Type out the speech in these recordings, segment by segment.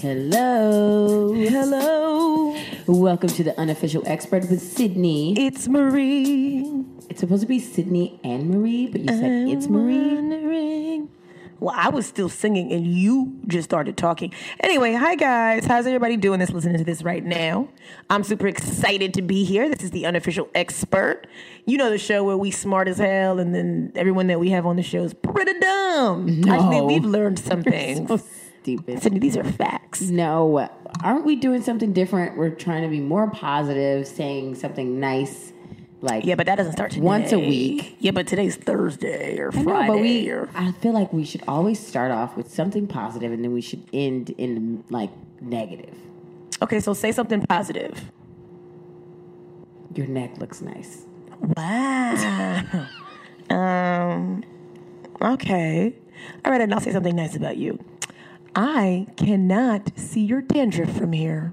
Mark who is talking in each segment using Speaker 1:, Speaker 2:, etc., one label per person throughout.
Speaker 1: Hello.
Speaker 2: Hello,
Speaker 1: Welcome to the unofficial expert with Sydney.
Speaker 2: it's Marie.
Speaker 1: It's supposed to be Sydney and Marie, but you said it's Marie.
Speaker 2: Wondering- Well, I was still singing and you just started talking. Anyway, hi guys. How's everybody doing that's listening to this right now? I'm super excited to be here. This is the unofficial expert. You know the show where we smart as hell and then everyone that we have on the show is pretty dumb. I
Speaker 1: No.
Speaker 2: think we've learned some things.
Speaker 1: Stupid.
Speaker 2: Sydney, these are facts.
Speaker 1: No, aren't we doing something different? We're trying to be more positive, saying something nice, like
Speaker 2: Yeah, but that doesn't start today.
Speaker 1: Once a week.
Speaker 2: Yeah, but today's Thursday or
Speaker 1: I
Speaker 2: Friday.
Speaker 1: know, but we.
Speaker 2: or-
Speaker 1: I feel like we should always start off with something positive, and then we should end in like negative.
Speaker 2: Okay, so say something positive.
Speaker 1: Your neck looks nice.
Speaker 2: Wow. um, okay. All right, and I'll say something nice about you. I cannot see your dandruff from here.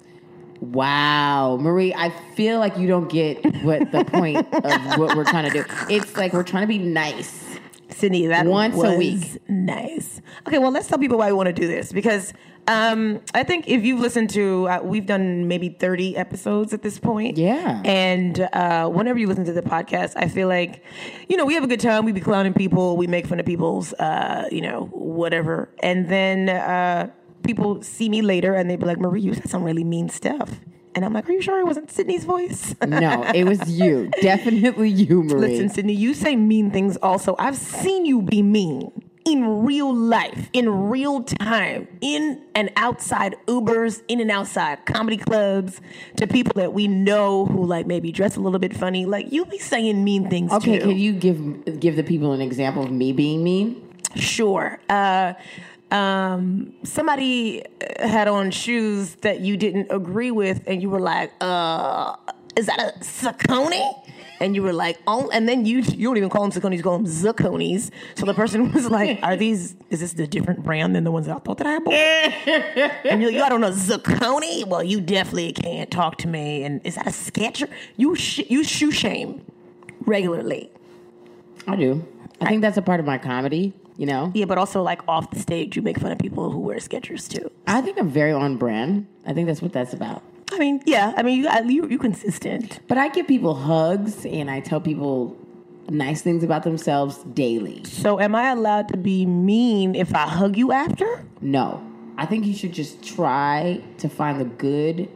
Speaker 1: Wow, Marie, I feel like you don't get what the point of what we're trying to do. It's like we're trying to be nice.
Speaker 2: Sydney, that
Speaker 1: Once a
Speaker 2: was
Speaker 1: week.
Speaker 2: Nice. Okay, well, let's tell people why we want to do this because um, I think if you've listened to, uh, we've done maybe 30 episodes at this point.
Speaker 1: Yeah.
Speaker 2: And uh, whenever you listen to the podcast, I feel like, you know, we have a good time. We be clowning people, we make fun of people's, uh, you know, whatever. And then uh, people see me later and they be like, Marie, you said some really mean stuff. And I'm like, are you sure it wasn't Sydney's voice?
Speaker 1: No, it was you. Definitely you, Marie.
Speaker 2: Listen, Sydney, you say mean things also. I've seen you be mean in real life, in real time, in and outside Ubers, in and outside comedy clubs, to people that we know who like maybe dress a little bit funny. Like you be saying mean things
Speaker 1: okay,
Speaker 2: too.
Speaker 1: can you give give the people an example of me being mean?
Speaker 2: Sure. Uh, um, somebody had on shoes that you didn't agree with, and you were like, uh, "Is that a Saucony?" And you were like, "Oh," and then you you don't even call them Sauconies, you call them Zucconis. So the person was like, "Are these? Is this a different brand than the ones that I thought that I had?" Bought? and you're like, "Yo, I don't know Zucconi." Well, you definitely can't talk to me. And is that a Sketcher? You sh- you shoe shame regularly.
Speaker 1: I do. I think that's a part of my comedy. You know,
Speaker 2: Yeah, but also like off the stage, you make fun of people who wear Skechers too.
Speaker 1: I think I'm very on brand. I think that's what that's about.
Speaker 2: I mean, yeah, I mean, you I- you you consistent.
Speaker 1: But I give people hugs and I tell people nice things about themselves daily.
Speaker 2: So, am I allowed to be mean if I hug you after?
Speaker 1: No, I think you should just try to find the good,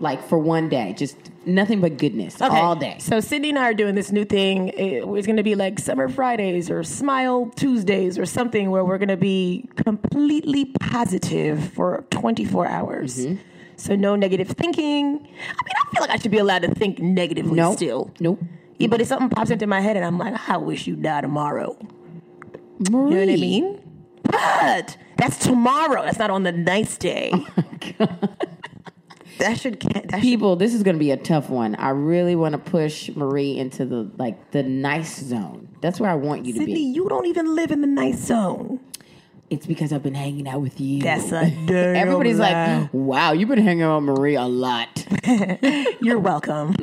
Speaker 1: like for one day, just nothing but goodness all day.
Speaker 2: So, Sydney and I are doing this new thing. It- It's going to be like Summer Fridays or Smile Tuesdays or something where we're going to be completely positive for 24 hours.
Speaker 1: Mm-hmm.
Speaker 2: So, no negative thinking. I mean, I feel like I should be allowed to think negatively
Speaker 1: Nope.
Speaker 2: still.
Speaker 1: Nope.
Speaker 2: Yeah, but if something pops into my head and I'm like, I wish you die tomorrow.
Speaker 1: Marie.
Speaker 2: You know what I mean? But that's tomorrow. That's not on the nice day.
Speaker 1: Oh
Speaker 2: that should ca- that should
Speaker 1: people this is going to be a tough one i really want to push marie into the like the nice zone that's where i want you to
Speaker 2: Sydney,
Speaker 1: be
Speaker 2: you don't even live in the nice zone.
Speaker 1: it's because i've been hanging out with you
Speaker 2: That's a damn
Speaker 1: everybody's
Speaker 2: lie.
Speaker 1: like wow you've been hanging out with marie a lot
Speaker 2: You're welcome.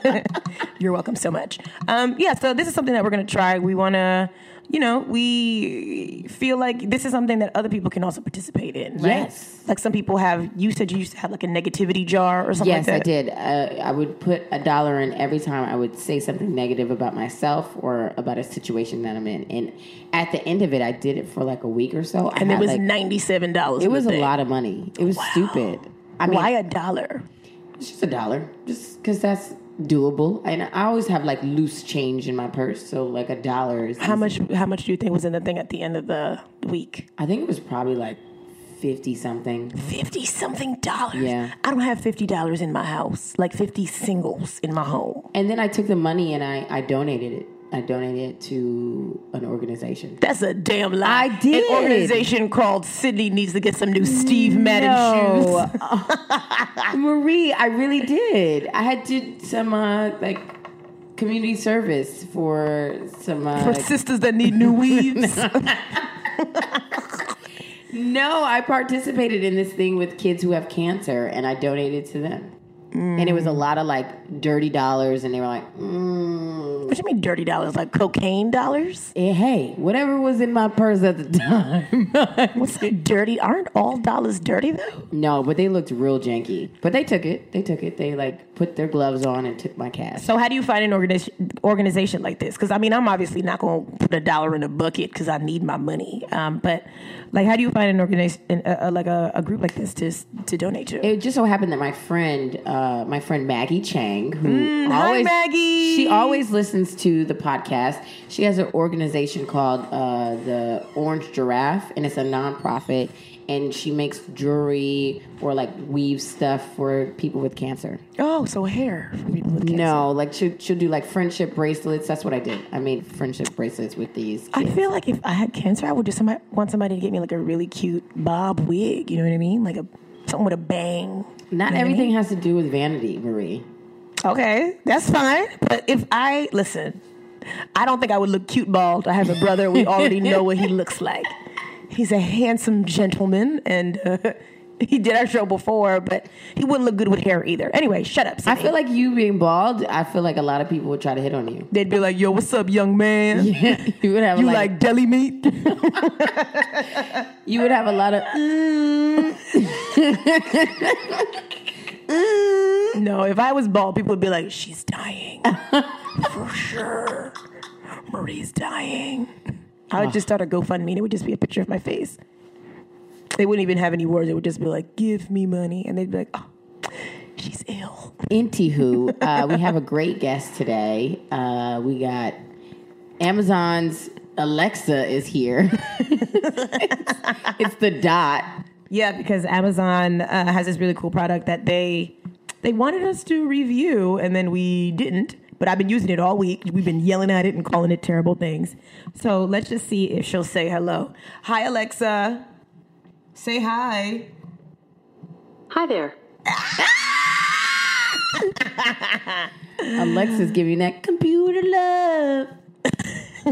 Speaker 2: You're welcome so much. Um, yeah, so this is something that we're going to try. We want to, you know, we feel like this is something that other people can also participate in. Right?
Speaker 1: Yes.
Speaker 2: Like some people have, you said you used to have like a negativity jar or something
Speaker 1: yes i
Speaker 2: like that.
Speaker 1: did uh, i would put a dollar in every time i would say something negative about myself or about a situation that i'm in and at the end of it i did it for like a week or so
Speaker 2: And it was
Speaker 1: like,
Speaker 2: $97.
Speaker 1: it was a lot of money it was stupid i mean
Speaker 2: Why a dollar?
Speaker 1: It's just a dollar, just because that's doable. And I always have like loose change in my purse, so like a dollar is.
Speaker 2: How much? How much do you think was in the thing at the end of the week?
Speaker 1: I think it was probably like fifty something.
Speaker 2: Fifty something dollars.
Speaker 1: Yeah.
Speaker 2: I don't have fifty dollars in my house. Like fifty singles in my home.
Speaker 1: And then I took the money and I, I donated it. I donated it to an organization.
Speaker 2: That's a damn lie.
Speaker 3: I did.
Speaker 2: An organization called Sydney needs to get some new Steve Madden shoes.
Speaker 3: No.
Speaker 1: Marie, I really did. I had did some uh, like community service for some. Uh,
Speaker 2: For sisters that need new weaves.
Speaker 1: no, I participated in this thing with kids who have cancer, and I donated to them. And it was a lot of like dirty dollars, and they were like, mm,
Speaker 2: What do you mean dirty dollars? Like cocaine dollars?
Speaker 1: eh, "Hey, whatever was in my purse at the time."
Speaker 2: What's that dirty? Aren't all dollars dirty though?
Speaker 1: no, but they looked real janky. But they took it. They took it. They like put their gloves on and took my cash.
Speaker 2: So how do you find an organization organization like this? Because I mean, I'm obviously not going to put a dollar in a bucket because I need my money. Um, but like, how do you find an organization uh, uh, like a, a group like this to s- to donate to?
Speaker 1: it just so happened that my friend, uh, my friend Maggie Chang, who
Speaker 2: hi,
Speaker 1: always
Speaker 2: Maggie.
Speaker 1: she always listens to the podcast. She has an organization called uh, the Orange Giraffe, and it's a nonprofit, and she makes jewelry or like weave stuff for people with cancer.
Speaker 2: oh, so hair for people with cancer.
Speaker 1: No, like she'll, she'll do like friendship bracelets. That's what I did. I made friendship bracelets with these.
Speaker 2: I
Speaker 1: kids.
Speaker 2: feel like if I had cancer, I would just somebody, want somebody to get me like a really cute bob wig. You know what I mean? Like a something with a bang.
Speaker 1: Not everything has to do with vanity, Marie.
Speaker 2: Okay, that's fine. But if I listen, I don't think I would look cute bald. I have a brother. We already know what he looks like. He's a handsome gentleman, and uh, he did our show before, but he wouldn't look good with hair either. Anyway, shut up.
Speaker 1: I
Speaker 2: Sydney.
Speaker 1: feel like you being bald. I feel like a lot of people would try to hit on you.
Speaker 2: they'd be like, "Yo, what's up, young man?
Speaker 1: you would have
Speaker 2: You
Speaker 1: like,
Speaker 2: like deli meat?"
Speaker 1: you would have a lot of. uh,
Speaker 2: no, if I was bald, people would be like, "She's dying for sure. Marie's dying." I would just start a GoFundMe. and It would just be a picture of my face. They wouldn't even have any words. It would just be like, "Give me money," and they'd be like, "Oh, she's ill."
Speaker 1: Anywho, uh, we have a great guest today. Uh, we got Amazon's Alexa is here. it's the dot.
Speaker 2: Yeah, because Amazon uh, has this really cool product that they they wanted us to review, and then we didn't. But I've been using it all week. We've been yelling at it and calling it terrible things. So let's just see if she'll say hello. Hi, Alexa. Say hi.
Speaker 4: Hi there.
Speaker 1: Alexa's giving that computer love.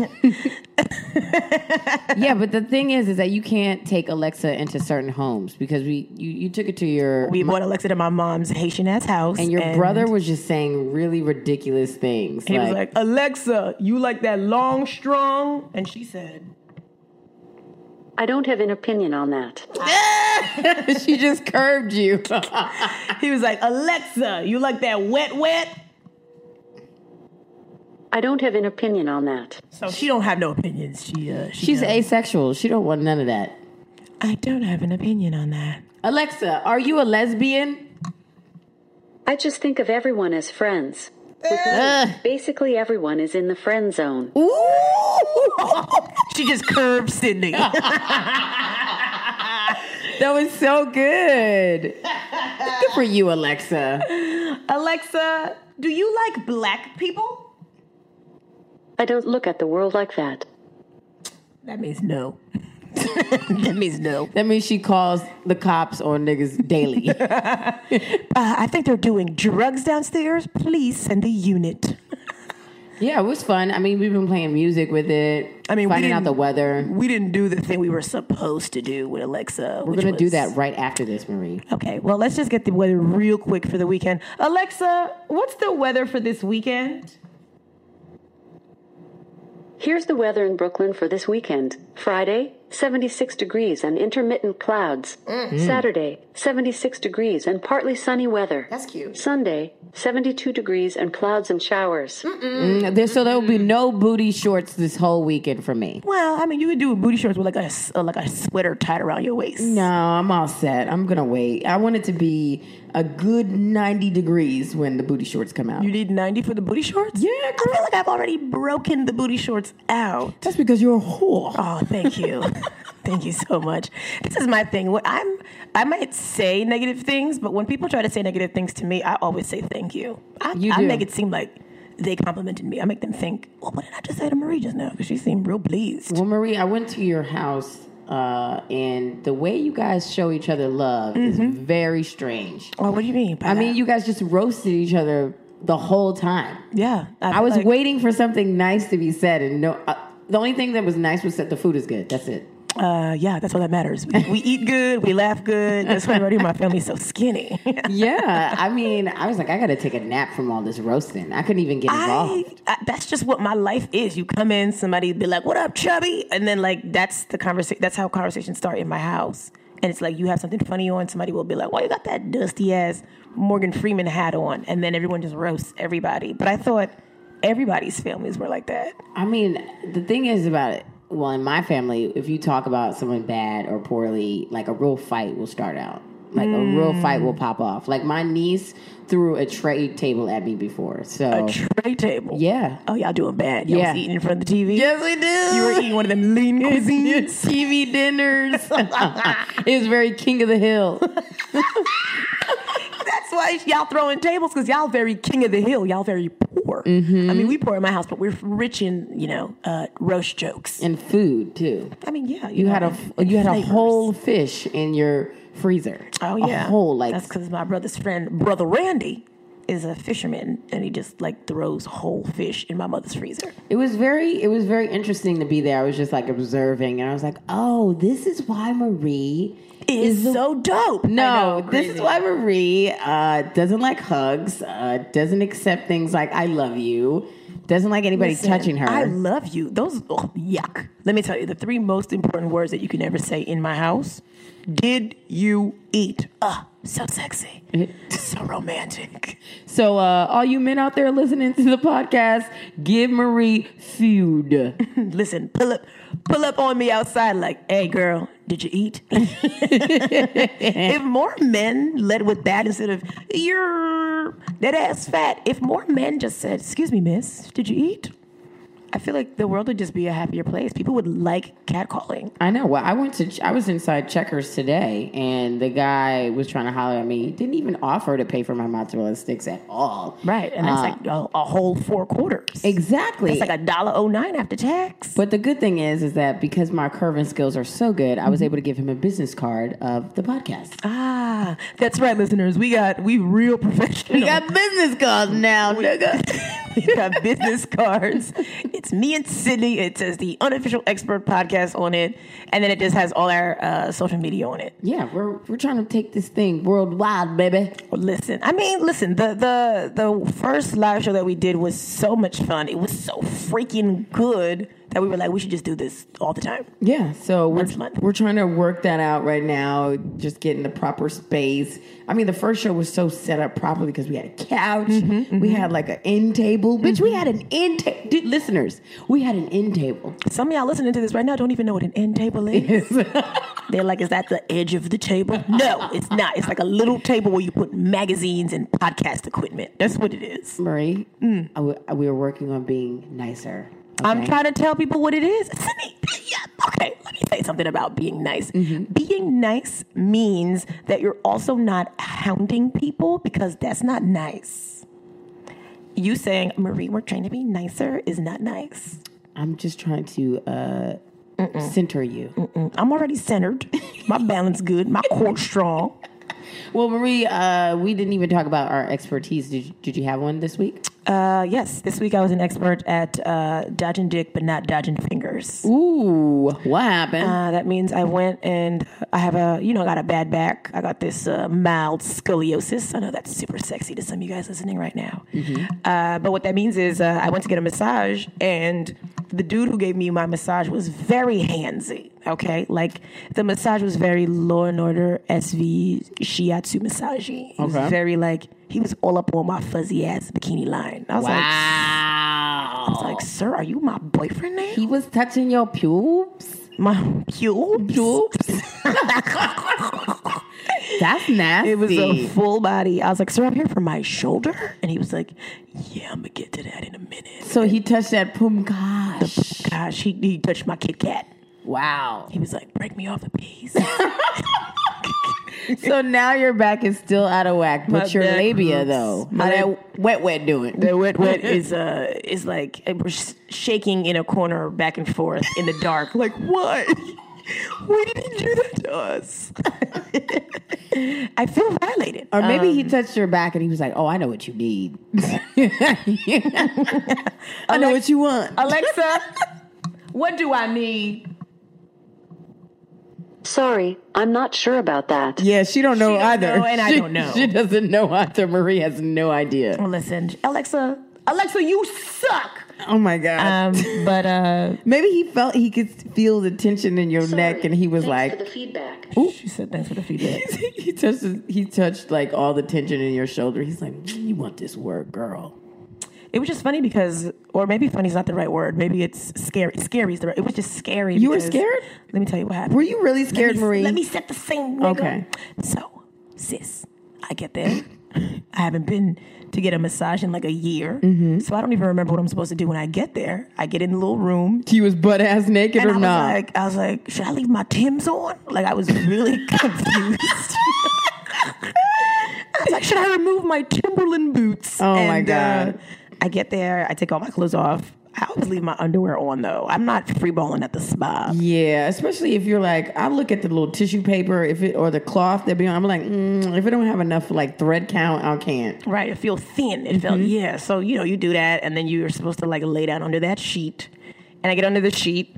Speaker 1: yeah, but the thing is, is that you can't take Alexa into certain homes because we you, you took it to your
Speaker 2: We bought Alexa to my mom's Haitian ass house,
Speaker 1: and your brother was just saying really ridiculous things.
Speaker 2: He was like, "Alexa, you like that long strong?" And she said,
Speaker 4: I don't have an opinion on that.
Speaker 1: she just curved you.
Speaker 2: "He was like, Alexa, you like that wet wet?"
Speaker 4: I don't have an opinion on that.
Speaker 2: So she don't have no opinions. She uh, she
Speaker 1: She's
Speaker 2: don't.
Speaker 1: asexual. She don't want none of that.
Speaker 2: I don't have an opinion on that.
Speaker 1: Alexa, are you a lesbian?
Speaker 4: I just think of everyone as friends. With me,
Speaker 1: Eh.
Speaker 4: basically, everyone is in the friend zone.
Speaker 2: she just curved Sydney.
Speaker 1: That was so good. good for you, Alexa.
Speaker 2: Alexa, do you like black people?
Speaker 4: I don't look at the world like that.
Speaker 2: That means no. that means no.
Speaker 1: That means she calls the cops on niggas daily.
Speaker 2: Uh, I think they're doing drugs downstairs. Please send a unit.
Speaker 1: yeah, it was fun. I mean, we've been playing music with it.
Speaker 2: I mean, we
Speaker 1: finding out
Speaker 2: didn't-
Speaker 1: the weather.
Speaker 2: We didn't do the thing we were supposed to do with Alexa.
Speaker 1: We're gonna do that right after this, Marie.
Speaker 2: Okay, well, let's just get the weather real quick for the weekend. Alexa, what's the weather for this weekend?
Speaker 4: Here's the weather in Brooklyn for this weekend Friday, 76 degrees and intermittent clouds.
Speaker 1: Mm.
Speaker 4: Saturday, 76 degrees and partly sunny weather.
Speaker 1: That's cute.
Speaker 4: Sunday, 72 degrees and clouds and showers.
Speaker 1: Mm. There, so there will be no booty shorts this whole weekend for me.
Speaker 2: Well, I mean, you could do booty shorts with like a s- uh, like a sweater tied around your waist.
Speaker 1: No, I'm all set. I'm gonna wait. I want it to be a good 90 degrees when the booty shorts come out.
Speaker 2: You need 90 for the booty shorts?
Speaker 1: Yeah,
Speaker 2: I
Speaker 1: girl.
Speaker 2: feel like I've already broken the booty shorts out.
Speaker 1: That's because you're a whore.
Speaker 2: Oh, thank you. thank you so much. This is my thing. When I'm I might say negative things, but when people try to say negative things to me, I always say thank you. I,
Speaker 1: You
Speaker 2: I
Speaker 1: do.
Speaker 2: make it seem like they complimented me. I make them think, well, what did I just say to Marie just now? 'Cause she seemed real pleased.
Speaker 1: Well, Marie, I went to your house, uh, and the way you guys show each other love is
Speaker 2: Mm-hmm.
Speaker 1: very strange.
Speaker 2: Well, Oh, what do you mean? by
Speaker 1: I
Speaker 2: that?
Speaker 1: mean, you guys just roasted each other the whole time.
Speaker 2: yeah.
Speaker 1: I
Speaker 2: feel
Speaker 1: was
Speaker 2: like-
Speaker 1: waiting for something nice to be said, and no. Uh, the only thing that was nice was that the food is good. That's it.
Speaker 2: Uh, yeah, that's all that matters. We, we eat good, we laugh good. That's why everybody in my family's so skinny.
Speaker 1: Yeah, I mean, I was like, I gotta take a nap from all this roasting. I couldn't even get
Speaker 2: I,
Speaker 1: involved.
Speaker 2: I that's just what my life is. You come in, somebody be like, "What up, chubby?" and then like that's the conversation. That's how conversations start in my house. And it's like you have something funny on, somebody will be like, "Well, you got that dusty ass Morgan Freeman hat on," and then everyone just roasts everybody. But I thought everybody's families were like that.
Speaker 1: I mean, the thing is about it. Well, in my family, if you talk about someone bad or poorly, like a real fight will start out. Like a real
Speaker 2: Mm.
Speaker 1: fight will pop off. Like my niece threw a tray table at me before. So
Speaker 2: A tray table.
Speaker 1: yeah,
Speaker 2: Oh, y'all doing bad. Y'all
Speaker 1: Yeah.
Speaker 2: was eating in front of the TV. Yes,
Speaker 1: we do.
Speaker 2: You were eating one of them lean cuisines.
Speaker 1: TV dinners. it was very king of the hill.
Speaker 2: That's why y'all throwing tables because y'all very king of the hill. Y'all very poor.
Speaker 1: Mm-hmm.
Speaker 2: I mean, we poor in my house, but we're rich in you know uh, roast jokes.
Speaker 1: and food too.
Speaker 2: I mean, yeah,
Speaker 1: You
Speaker 2: know,
Speaker 1: had a
Speaker 2: and- and
Speaker 1: you had a
Speaker 2: flavors.
Speaker 1: whole fish in your freezer.
Speaker 2: oh yeah
Speaker 1: a whole like
Speaker 2: that's because my brother's friend, brother Randy, is a fisherman, and he just like throws whole fish in my mother's freezer.
Speaker 1: it was very it was very interesting to be there. I was just like observing, and I was like, oh, this is why Marie.
Speaker 2: It is so dope.
Speaker 1: No, this is why Marie uh, doesn't like hugs, uh, doesn't accept things like "I love you," doesn't like anybody touching her.
Speaker 2: I love you. Those oh, yuck. Let me tell you the three most important words that you can ever say in my house. Did you eat? Ah, so sexy, so romantic.
Speaker 1: so, uh, all you men out there listening to the podcast, give Marie food.
Speaker 2: Listen, pull up, pull up on me outside. Like, hey, girl, did you eat? if more men led with that instead of you're that ass fat. If more men just said, "Excuse me, miss, did you eat?" I feel like the world would just be a happier place. People would like catcalling.
Speaker 1: I know. Well, I went to I was inside Checkers today, and the guy was trying to holler at me. He didn't even offer to pay for my mozzarella sticks at all.
Speaker 2: Right, and that's like a, a whole four quarters.
Speaker 1: Exactly.
Speaker 2: It's like a dollar oh nine after tax.
Speaker 1: but the good thing is, is that because my curving skills are so good, I was able to give him a business card of the podcast.
Speaker 2: ah, that's right, listeners. We got we real professional. We
Speaker 1: business cards now, nigga.
Speaker 2: we got business cards. It's me and Sydney. It says the unofficial expert podcast on it, and then it just has all our uh, social media on it.
Speaker 1: yeah, we're we're trying to take this thing worldwide, baby.
Speaker 2: Well, listen, I mean, listen. The the the first live show that we did was so much fun. It was so freaking good that we were like, we should just do this all the time.
Speaker 1: Yeah, so we're
Speaker 2: Once a month.
Speaker 1: we're trying to work that out right now. Just getting the proper space. I mean, the first show was so set up properly because we had a couch, we had like an end table, bitch. We had an end table. Listeners, we had an end table.
Speaker 2: Some of y'all listening to this right now don't even know what an end table is. They're like, is that the edge of the table? No, it's not. It's like a little table where you put magazines and podcast equipment. That's what it is.
Speaker 1: Marie, Mm. I w- we were working on being nicer.
Speaker 2: I'm trying to tell people what it is. Sydney, yeah, okay, let me say something about being nice. Being nice means that you're also not hounding people because that's not nice. You saying, Marie, we're trying to be nicer is not nice.
Speaker 1: I'm just trying to uh, center you.
Speaker 2: I'm already centered. My balance good. My core strong.
Speaker 1: Well, Marie, uh, we didn't even talk about our expertise. Did you, did you have one this week?
Speaker 2: Uh, yes, this week I was an expert at uh, dodging dick, but not dodging fingers.
Speaker 1: Ooh, what happened?
Speaker 2: Uh, that means I went and I have a, you know, I got a bad back. I got this uh, mild scoliosis. I know that's super sexy to some of you guys listening right now. Uh, but what that means is uh, I went to get a massage, and the dude who gave me my massage was very handsy. Okay, like the massage was very Law and Order SV Shiatsu massage. It was
Speaker 1: Okay.
Speaker 2: very like he was all up on my fuzzy ass bikini line. I was like, I was like, sir, are you my boyfriend now?
Speaker 1: He was touching your pubes.
Speaker 2: my pubes.
Speaker 1: That's nasty.
Speaker 2: It was a full body. I was like, sir, I'm here for my shoulder, and he was like, yeah, I'm gonna get to that in a minute.
Speaker 1: so he touched that pum. Gosh.
Speaker 2: Gosh, he, he touched my Kit Kat.
Speaker 1: Wow.
Speaker 2: He was like, break me off a piece.
Speaker 1: so now your back is still out of whack, but
Speaker 2: My
Speaker 1: your
Speaker 2: back
Speaker 1: labia
Speaker 2: hurts.
Speaker 1: though,
Speaker 2: My
Speaker 1: how that wet wet doing?
Speaker 2: The wet wet is uh is like uh, we're sh- shaking in a corner back and forth in the dark. Like what? Why did he do that to us? I feel violated.
Speaker 1: Or maybe he touched your back and he was like, "Oh, I know what you need. I know what you want."
Speaker 2: Alexa, what do I need?
Speaker 4: Sorry, I'm not sure about that.
Speaker 1: Yeah, she don't know
Speaker 2: don't
Speaker 1: either.
Speaker 2: know and I
Speaker 1: She-
Speaker 2: don't know.
Speaker 1: She doesn't know either. Marie has no idea.
Speaker 2: Well, listen, Alexa, Alexa, you suck.
Speaker 1: Oh my god.
Speaker 2: Um, but uh,
Speaker 1: Maybe he felt he could feel the tension in your
Speaker 4: Sorry.
Speaker 1: neck, and he was
Speaker 4: Thanks
Speaker 1: like,
Speaker 4: for the feedback.
Speaker 2: she said thanks for the feedback.
Speaker 1: he touched his- he touched like all the tension in your shoulder. He's like, "You want this word, girl?"
Speaker 2: It was just funny because, or maybe funny is not the right word. Maybe it's scary. Scary is the right. It was just scary.
Speaker 1: You were
Speaker 2: because-
Speaker 1: scared?
Speaker 2: Let me tell you what happened.
Speaker 1: Were you really scared,
Speaker 2: me-
Speaker 1: Marie?
Speaker 2: Let me set the scene. nigga.
Speaker 1: Okay.
Speaker 2: So, sis, I get there. I haven't been to get a massage in like a year,
Speaker 1: Mm-hmm.
Speaker 2: so I don't even remember what I'm supposed to do when I get there. I get in the little room,
Speaker 1: He was butt ass naked
Speaker 2: and I
Speaker 1: or
Speaker 2: was
Speaker 1: not?
Speaker 2: like, I was like, should I leave my Tim's on? Like, I was really confused. I was like, should I remove my Timberland boots?
Speaker 1: Oh, my
Speaker 2: and,
Speaker 1: God.
Speaker 2: uh, I get there, I take all my clothes off. I always leave my underwear on though. I'm not freeballing at the spa.
Speaker 1: yeah, especially if you're like, I look at the little tissue paper, if it or the cloth that be on. I'm like, mm, if it don't have enough like thread count, I can't.
Speaker 2: Right. It feels thin. It felt
Speaker 1: mm-hmm.
Speaker 2: yeah. So you know, you do that, and then you're supposed to like lay down under that sheet. And I get under the sheet,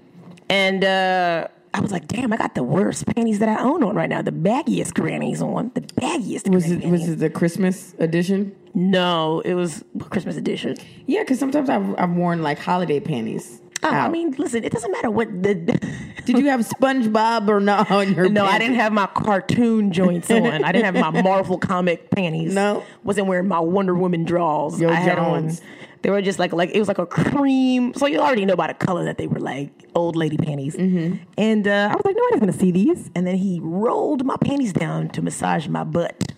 Speaker 2: and uh, I was like, damn, I got the worst panties that I own on right now. The baggiest grannies on. The baggiest.
Speaker 1: Was
Speaker 2: granny
Speaker 1: it was
Speaker 2: panties.
Speaker 1: it the Christmas edition?
Speaker 2: No, it was Christmas edition.
Speaker 1: Yeah, because sometimes I've, I've worn like holiday panties.
Speaker 2: Oh, I
Speaker 1: out.
Speaker 2: mean, listen, it doesn't matter what the.
Speaker 1: did you have SpongeBob or not on your?
Speaker 2: No, I
Speaker 1: panties?
Speaker 2: didn't have my cartoon joints on. I didn't have my Marvel comic panties.
Speaker 1: No.
Speaker 2: wasn't wearing my Wonder Woman draws.
Speaker 1: Yo,
Speaker 2: I had
Speaker 1: Jones.
Speaker 2: on. They were just like like it was like a cream. So you already know by the color that they were like old lady panties. And uh, I was like, nobody's gonna see these. And then he rolled my panties down to massage my butt.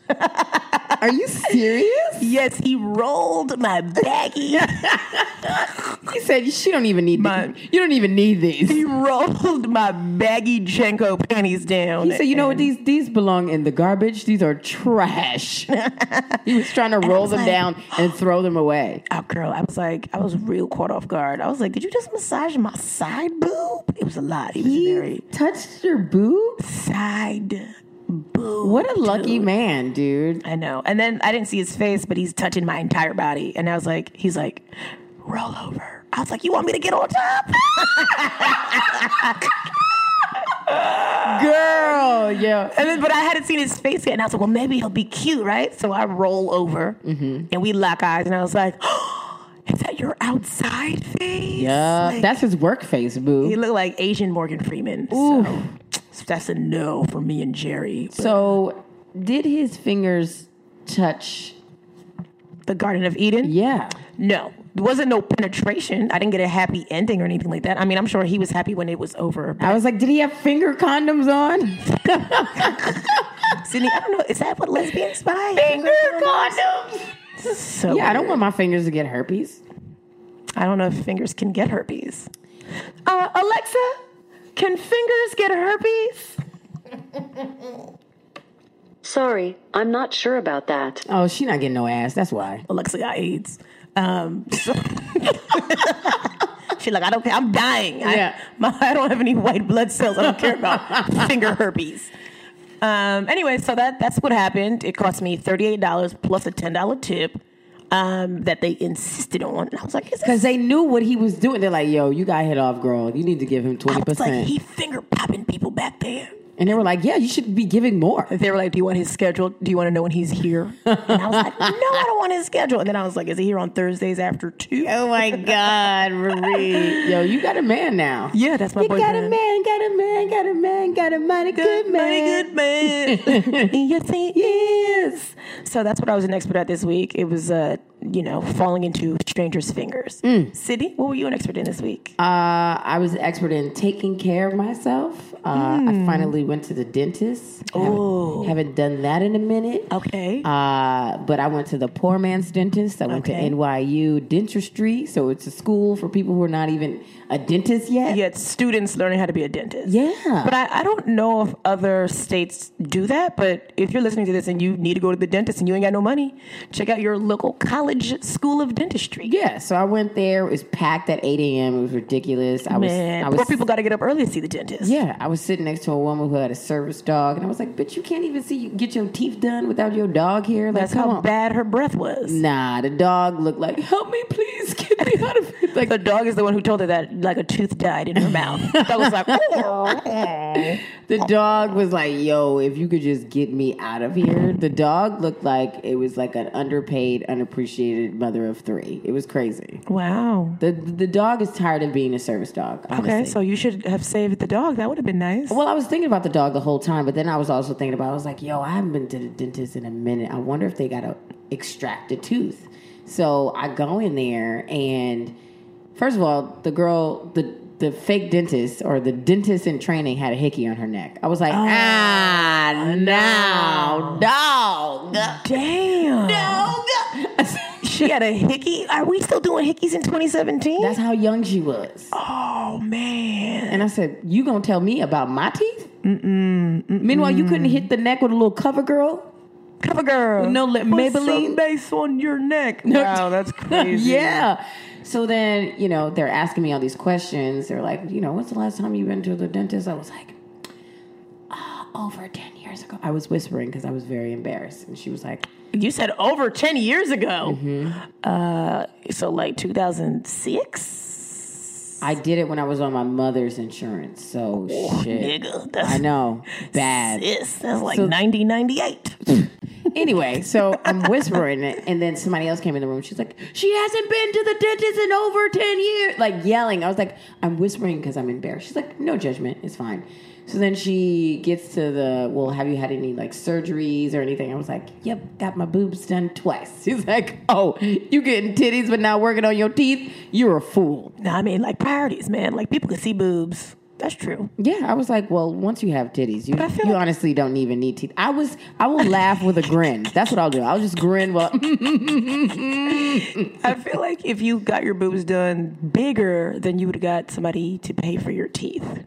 Speaker 1: Are you serious?
Speaker 2: yes, he rolled my baggy.
Speaker 1: He said she don't even need
Speaker 2: My-
Speaker 1: these. You don't even need
Speaker 2: he
Speaker 1: these.
Speaker 2: rolled my baggy Jenko panties down.
Speaker 1: He said, "You know what?
Speaker 2: And-
Speaker 1: These these belong in the garbage. These are trash." he was trying to roll
Speaker 2: was
Speaker 1: them
Speaker 2: like-
Speaker 1: down and throw them away.
Speaker 2: Oh, girl, I was like, I was real caught off guard. I was like, did you just massage my side boob? It was a lot. He was
Speaker 1: He
Speaker 2: very
Speaker 1: touched your boobs.
Speaker 2: side boob.
Speaker 1: What a lucky
Speaker 2: dude.
Speaker 1: man, dude.
Speaker 2: I know. And then I didn't see his face, but he's touching my entire body. And I was like, he's like, roll over. I was like, you want me to get on top? Uh,
Speaker 1: Girl, yeah.
Speaker 2: And then, but I hadn't seen his face yet. And I was like, well, maybe he'll be cute, right? So I roll over
Speaker 1: Mm-hmm.
Speaker 2: and we lock eyes. And I was like, is that your outside face?
Speaker 1: Yeah,
Speaker 2: Like-
Speaker 1: Uh, that's his work face,
Speaker 2: He
Speaker 1: boo.
Speaker 2: looked like Asian Morgan Freeman. So that's a no for me and Jerry. But
Speaker 1: So, did his fingers touch?
Speaker 2: the Garden of Eden?
Speaker 1: Yeah.
Speaker 2: No. There wasn't no penetration. I didn't get a happy ending or anything like that. I mean, I'm sure he was happy when it was over. But
Speaker 1: I was like, did he have finger condoms on?
Speaker 2: Sydney, I don't know. Is that what lesbians buy?
Speaker 1: condoms.
Speaker 2: So
Speaker 1: Yeah, I don't
Speaker 2: weird.
Speaker 1: want my fingers to get herpes.
Speaker 2: I don't know if fingers can get herpes. Uh, Alexa, can fingers get herpes?
Speaker 4: Sorry, I'm not sure about that.
Speaker 1: Oh, she not getting no ass. That's why.
Speaker 2: Alexa got AIDS. Um, so she like, I don't care. I'm dying.
Speaker 1: Yeah.
Speaker 2: I, my, I don't have any white blood cells. I don't care about finger herpes. Um, anyway, so that that's what happened. It cost me thirty eight dollars plus a ten dollar tip um, that they insisted on, and I was like, is
Speaker 1: Because
Speaker 2: this?
Speaker 1: they knew what he was doing. They're like, yo, you got hit off, girl. You need to give him
Speaker 2: I
Speaker 1: 20%.
Speaker 2: was like, he finger popping people back there.
Speaker 1: and they were like, yeah, you should be giving more.
Speaker 2: They were like, "Do you want his schedule? Do you want to know when he's here?" And I was like, "No, I don't want his schedule." And then I was like, "Is he here on Thursdays after two?
Speaker 1: Oh my God, Marie. yo, you got a man now.
Speaker 2: Yeah, that's my
Speaker 1: You got a
Speaker 2: boyfriend.
Speaker 1: man man, got a man, got a man, got a mighty good, man.
Speaker 2: Good man. yes, he is. So that's what I was an expert at this week. It was, uh, you know, falling into strangers' fingers.
Speaker 1: Mm.
Speaker 2: Sydney, what were you an expert in this week?
Speaker 1: Uh, I was an expert in taking care of myself. Uh, I finally went to the dentist. Haven't, haven't done that in a minute.
Speaker 2: okay.
Speaker 1: Uh, but I went to the poor man's dentist. I went
Speaker 2: Okay.
Speaker 1: to NYU Dentistry, so it's a school for people who are not even a dentist yet.
Speaker 2: Yet students learning how to be a dentist.
Speaker 1: Yeah.
Speaker 2: But I, I don't know if other states do that. But if you're listening to this and you need to go to the dentist and you ain't got no money, check out your local college school of dentistry.
Speaker 1: Yeah, so I went there. It was packed at 8 a.m. It was ridiculous. I was,
Speaker 2: Man,
Speaker 1: I was
Speaker 2: poor people got to get up early to see the dentist.
Speaker 1: Yeah, I was sitting next to a woman who had a service dog, and I was like, "But you can't even see you get your teeth done without your dog here." Like,
Speaker 2: That's
Speaker 1: come
Speaker 2: how
Speaker 1: on.
Speaker 2: bad her breath was.
Speaker 1: Nah, the dog looked like, "Help me, please, get me out of here!" Like,
Speaker 2: The dog is the one who told her that like a tooth died in her mouth. That was like,
Speaker 1: The dog was like, "Yo, if you could just get me out of here." The dog looked like it was like an underpaid, unappreciated mother of three. It was crazy.
Speaker 2: wow.
Speaker 1: The the dog is tired of being a service dog. Honestly.
Speaker 2: Okay, so you should have saved the dog. That would have been nice.
Speaker 1: Well, I was thinking about the dog the whole time, but then I was also thinking about I was like, yo, I haven't been to the dentist in a minute. I wonder if they got to extract a tooth. So I go in there, and first of all, the girl, the the fake dentist or the dentist in training had a hickey on her neck. I was like, ah, no, dog,
Speaker 2: Damn.
Speaker 1: dog.
Speaker 2: She had a hickey. Are we still doing hickeys in 2017?
Speaker 1: That's how young she was.
Speaker 2: oh man.
Speaker 1: And I said, you gonna tell me about my teeth? Mm-mm, Meanwhile, you couldn't hit the neck with a little cover girl.
Speaker 2: Cover girl.
Speaker 1: No, let
Speaker 2: Put
Speaker 1: Maybelline-
Speaker 2: some base on your neck. Wow, that's crazy.
Speaker 1: yeah. So then, you know, they're asking me all these questions. They're like, you know, when's the last time you've been to the dentist? I was like, "Ah, over 10 years ago. I was whispering because I was very embarrassed. And she was like,
Speaker 2: You said over 10 years ago. Uh, so like 2006?
Speaker 1: I did it when I was on my mother's insurance. So shit.
Speaker 2: Oh, Nigga, that's
Speaker 1: I know. Bad.
Speaker 2: Yes, that's like 1998.
Speaker 1: Anyway, so I'm whispering it, and then somebody else came in the room. She's like, "She hasn't been to the dentist in over ten years!" Like yelling. I was like, "I'm whispering because I'm embarrassed." She's like, "No judgment, it's fine." So then she gets to the, "Well, have you had any like surgeries or anything?" I was like, "Yep, got my boobs done twice." She's like, "Oh, you getting titties but not working on your teeth? You're a fool."
Speaker 2: No, I mean like priorities, man. Like people could see boobs. That's true.
Speaker 1: Yeah, I was like, "Well, once you have titties, you,
Speaker 2: I feel
Speaker 1: you
Speaker 2: like-
Speaker 1: honestly don't even need teeth." I was, I will laugh with a grin. That's what I'll do. I'll just grin while.
Speaker 2: I feel like if you got your boobs done bigger, then you would have got somebody to pay for your teeth.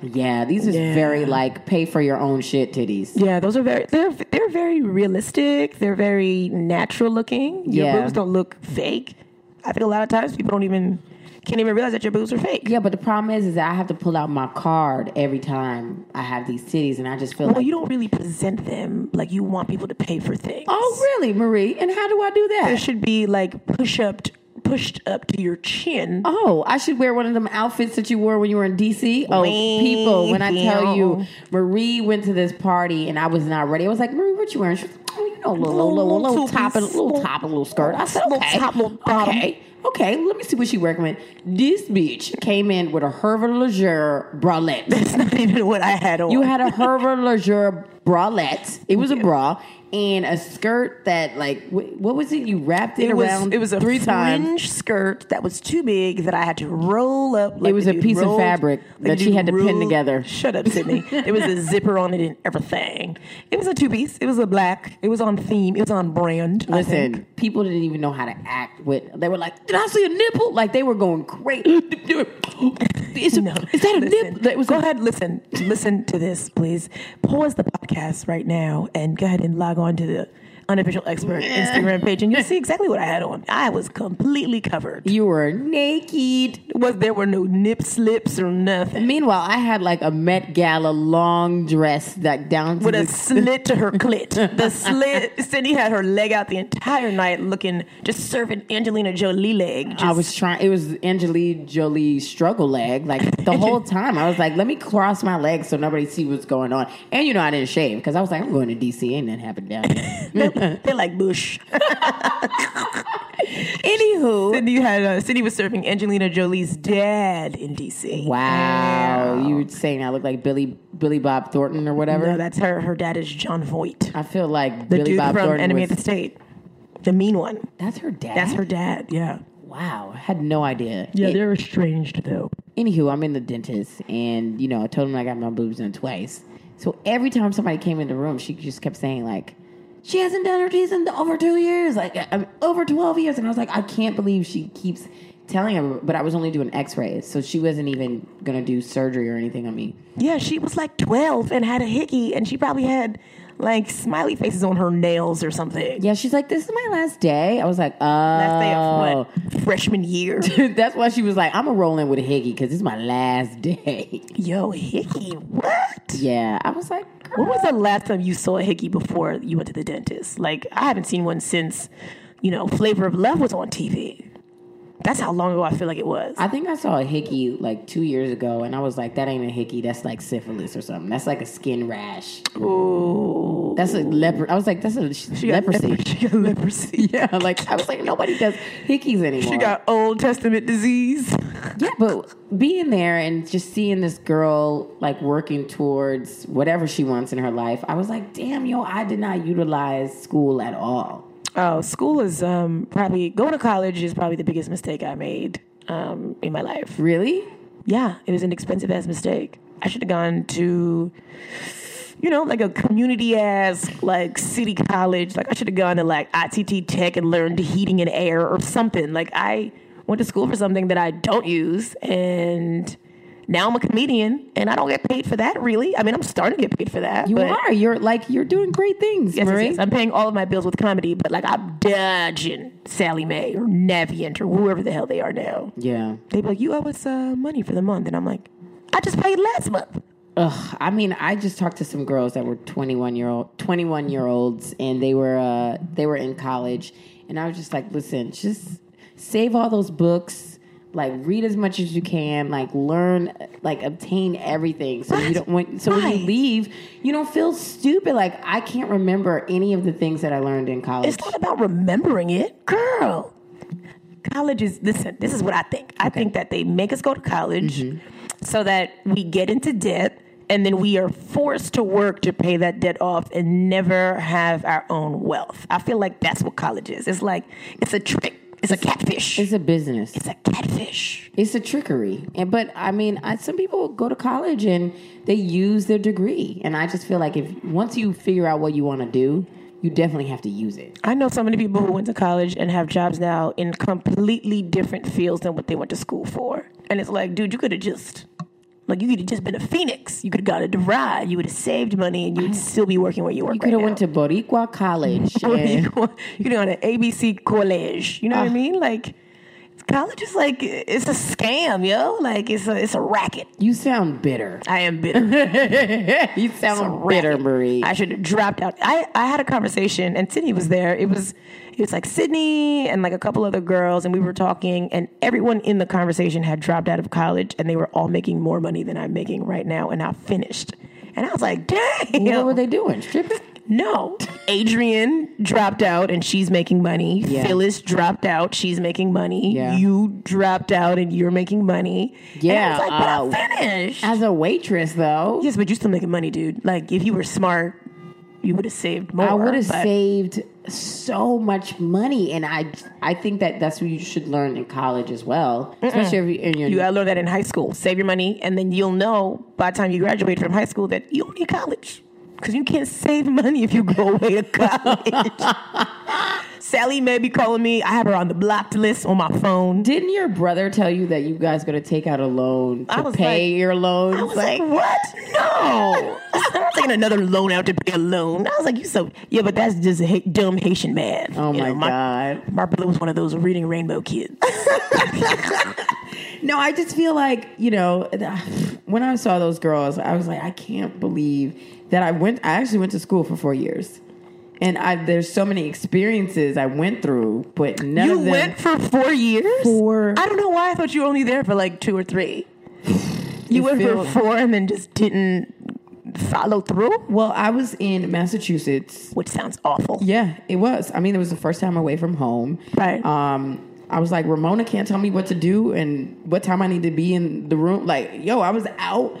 Speaker 1: Yeah, these is
Speaker 2: Yeah.
Speaker 1: very like pay for your own shit titties.
Speaker 2: Yeah, those are very they're they're very realistic. They're very natural looking. Your
Speaker 1: Yeah.
Speaker 2: boobs don't look fake. I think a lot of times people don't even can't even realize that your boobs are fake.
Speaker 1: Yeah, but the problem is, is that I have to pull out my card every time I have these titties, and I just feel
Speaker 2: Well,
Speaker 1: like,
Speaker 2: you don't really present them like you want people to pay for things.
Speaker 1: oh really, Marie? And how do I do
Speaker 2: They
Speaker 1: that?
Speaker 2: should be like push up pushed up to your chin.
Speaker 1: Oh, I should wear one of them outfits that you wore when you were in DC. Oh,
Speaker 2: Wee,
Speaker 1: people, when I tell you,
Speaker 2: ew.
Speaker 1: Marie went to this party and I was not ready. I was like, Marie, what you wearing? She was like, oh, you know, a little, little, little,
Speaker 2: Little
Speaker 1: top, and,
Speaker 2: two-piece.
Speaker 1: little top, and little skirt. I said,
Speaker 2: Little
Speaker 1: okay,
Speaker 2: top, little bottom.
Speaker 1: okay, okay. Let me see what she recommend. This bitch came in with a Hervé Leger bralette.
Speaker 2: That's not even what I had on.
Speaker 1: You had a Hervé Leger bralette. It was a bra and a skirt that, like, wh- what was it? You wrapped it,
Speaker 2: it was
Speaker 1: around.
Speaker 2: it was a
Speaker 1: three times.
Speaker 2: fringe skirt that was too big that I had to roll up. Like
Speaker 1: It was
Speaker 2: the
Speaker 1: a
Speaker 2: dude
Speaker 1: piece of
Speaker 2: rolled-
Speaker 1: fabric
Speaker 2: like
Speaker 1: that
Speaker 2: the
Speaker 1: she
Speaker 2: dude
Speaker 1: had to pin
Speaker 2: rolled-
Speaker 1: together.
Speaker 2: Shut up, Sydney. There was a zipper on it and everything. It was a two piece. It was a black. It was on theme. It was on brand. I think.
Speaker 1: Listen, people didn't even know how to act with. They were like, "Did I see a nipple?" Like they were going crazy. Is, it-
Speaker 2: No,
Speaker 1: is that a
Speaker 2: listen.
Speaker 1: nipple? That was
Speaker 2: go ahead, listen, listen to this, please. Pause the podcast right now and go ahead and log on to the unofficial expert Instagram page, and you'll see exactly what I had on. I was completely covered.
Speaker 1: You were naked.
Speaker 2: Was there were no nip slips or nothing.
Speaker 1: Meanwhile, I had like a Met Gala long dress that down to
Speaker 2: with a
Speaker 1: the-
Speaker 2: slit to her clit. The slit. Cindy had her leg out the entire night, looking just serving Angelina Jolie leg. Just,
Speaker 1: I was trying. It was Angelique Jolie's struggle leg. Like the whole time, I was like, "Let me cross my legs so nobody see what's going on." And you know, I didn't shave because I was like, "I'm going to DC. Ain't nothing happened down here."
Speaker 2: They're like Bush. Anywho, Cindy had uh, Cindy was serving Angelina Jolie's dad in DC.
Speaker 1: Wow, you were saying I look like Billy Billy Bob Thornton or whatever.
Speaker 2: No, that's her. Her dad is John Voight,
Speaker 1: I feel like
Speaker 2: the
Speaker 1: Billy
Speaker 2: dude
Speaker 1: Bob
Speaker 2: from
Speaker 1: Thornton.
Speaker 2: Enemy
Speaker 1: was-
Speaker 2: of the State, the mean one.
Speaker 1: that's her dad.
Speaker 2: That's her dad. Yeah.
Speaker 1: Wow, I had no idea.
Speaker 2: Yeah,
Speaker 1: It-
Speaker 2: they're estranged though.
Speaker 1: anywho, I'm in the dentist, and you know, I told him I got my boobs done twice. So every time somebody came in the room, she just kept saying like, "She hasn't done her teeth in over two years, like I- I'm over twelve years." And I was like, I can't believe she keeps telling him. But I was only doing X-rays, so she wasn't even gonna do surgery or anything on me.
Speaker 2: Yeah, she was like 12 and had a hickey, and she probably had like smiley faces on her nails or something.
Speaker 1: Yeah, she's like, "This is my last day." I was like, "Oh."
Speaker 2: Last day of what? Freshman year.
Speaker 1: That's why she was like, I'm a rolling with a hickey because it's my last day.
Speaker 2: Yo, hickey, what?
Speaker 1: yeah, I was like,
Speaker 2: When was the last time you saw a hickey before you went to the dentist? Like, I haven't seen one since, you know, Flavor of Love was on TV. That's how long ago I feel like it was.
Speaker 1: I think I saw a hickey like two years ago, and I was like, "That ain't a hickey. That's like syphilis or something. That's like a skin rash.
Speaker 2: Ooh.
Speaker 1: That's a leper." I was like, "That's a sh- leprosy."
Speaker 2: Leprosy. She got leprosy.
Speaker 1: yeah, like I was like, nobody does hickeys anymore.
Speaker 2: She got Old Testament disease.
Speaker 1: yeah, but being there and just seeing this girl like working towards whatever she wants in her life, I was like, "Damn, yo, I did not utilize school at all."
Speaker 2: Oh, school is um, probably going to college is probably the biggest mistake I made um, in my life.
Speaker 1: Really?
Speaker 2: Yeah, it was an expensive ass mistake. I should have gone to, you know, like a community ass like city college. Like I should have gone to like ITT Tech and learned heating and air or something. Like I went to school for something that I don't use, and now I'm a comedian and I don't get paid for that. Really, I mean, I'm starting to get paid for that.
Speaker 1: You
Speaker 2: but
Speaker 1: are. You're like you're doing great things,
Speaker 2: Yes, yes,
Speaker 1: Marie.
Speaker 2: yes. I'm paying all of my bills with comedy, but like I'm dodging Sally Mae or Navient or whoever the hell they are now.
Speaker 1: Yeah.
Speaker 2: They be like, you owe us uh, money for the month. And I'm like, I just paid last month.
Speaker 1: Ugh, I mean, I just talked to some girls that were 21 year old 21 year olds and they were uh, they were in college and I was just like, "Listen, just save all those books, like read as much as you can, like learn, like obtain everything so you don't want so when you
Speaker 2: Right.
Speaker 1: leave, you don't feel stupid like I can't remember any of the things that I learned in college."
Speaker 2: It's not about remembering it, girl. College is listen. This is what I think. I think that they make us go to college so that we get into debt, and then we are forced to work to pay that debt off, and never have our own wealth. I feel like that's what college is. It's like it's a trick. It's a catfish.
Speaker 1: It's a business.
Speaker 2: It's a catfish.
Speaker 1: It's a trickery. And but I mean, I, some people go to college and they use their degree, and I just feel like if once you figure out what you want to do, you definitely have to use it.
Speaker 2: I know so many people who went to college and have jobs now in completely different fields than what they went to school for. And it's like, dude, you could have just, like, you could have just been a phoenix. You could have got a DeVry. You would have saved money and you'd still be working where you work
Speaker 1: You could have went to Boricua College. and-
Speaker 2: you could have gone to ABC College. You know what I mean? Like, college is like, it's a scam, yo. Like, it's a, it's a racket.
Speaker 1: you sound bitter.
Speaker 2: I am bitter.
Speaker 1: you sound bitter, Marie.
Speaker 2: I should have dropped out. I, I had a conversation and Sydney was there. It was it was like Sydney and like a couple other girls and we were talking and everyone in the conversation had dropped out of college and they were all making more money than I'm making right now and I finished. And I was like, dang.
Speaker 1: what were they doing? Stripping?
Speaker 2: No. Adrian dropped out and she's making money.
Speaker 1: Yeah.
Speaker 2: Phyllis dropped out. She's making money.
Speaker 1: Yeah.
Speaker 2: You dropped out and you're making money.
Speaker 1: Yeah,
Speaker 2: And I was like, but
Speaker 1: uh,
Speaker 2: I finished.
Speaker 1: As a waitress, though,
Speaker 2: Yes, but you're still making money, dude. Like if you were smart, you would have saved more.
Speaker 1: I would have
Speaker 2: but-
Speaker 1: saved so much money, and I I think that that's what you should learn in college as well, especially if you in your
Speaker 2: You gotta learn that in high school. Save your money, and then you'll know by the time you graduate from high school that you don't need college because you can't save money if you go away to college. Sally may be calling me. I have her on the blocked list on my phone.
Speaker 1: Didn't your brother tell you that you guys gonna take out a loan
Speaker 2: I
Speaker 1: to
Speaker 2: was
Speaker 1: pay
Speaker 2: like-
Speaker 1: your loans?
Speaker 2: I was like, what? No, I'm not taking another loan out to pay a loan. I was like, you so yeah, but that's just ha- dumb Haitian math.
Speaker 1: oh
Speaker 2: You
Speaker 1: my
Speaker 2: know,
Speaker 1: god.
Speaker 2: My brother was one of those reading rainbow kids.
Speaker 1: No, I just feel like you know when I saw those girls, I was like, I can't believe that I went. I actually went to school for four years, and I there's so many experiences I went through, but none
Speaker 2: You
Speaker 1: of them.
Speaker 2: went for four years?
Speaker 1: Four.
Speaker 2: I don't know why I thought you were only there for like two or three. You, went
Speaker 1: feel-
Speaker 2: for four and then just didn't follow through,
Speaker 1: Well, I was in Massachusetts.
Speaker 2: which sounds awful.
Speaker 1: Yeah, it was. I mean, it was the first time away from home.
Speaker 2: Right.
Speaker 1: Um, I was like, Ramona can't tell me what to do and what time I need to be in the room. Like, yo, I was out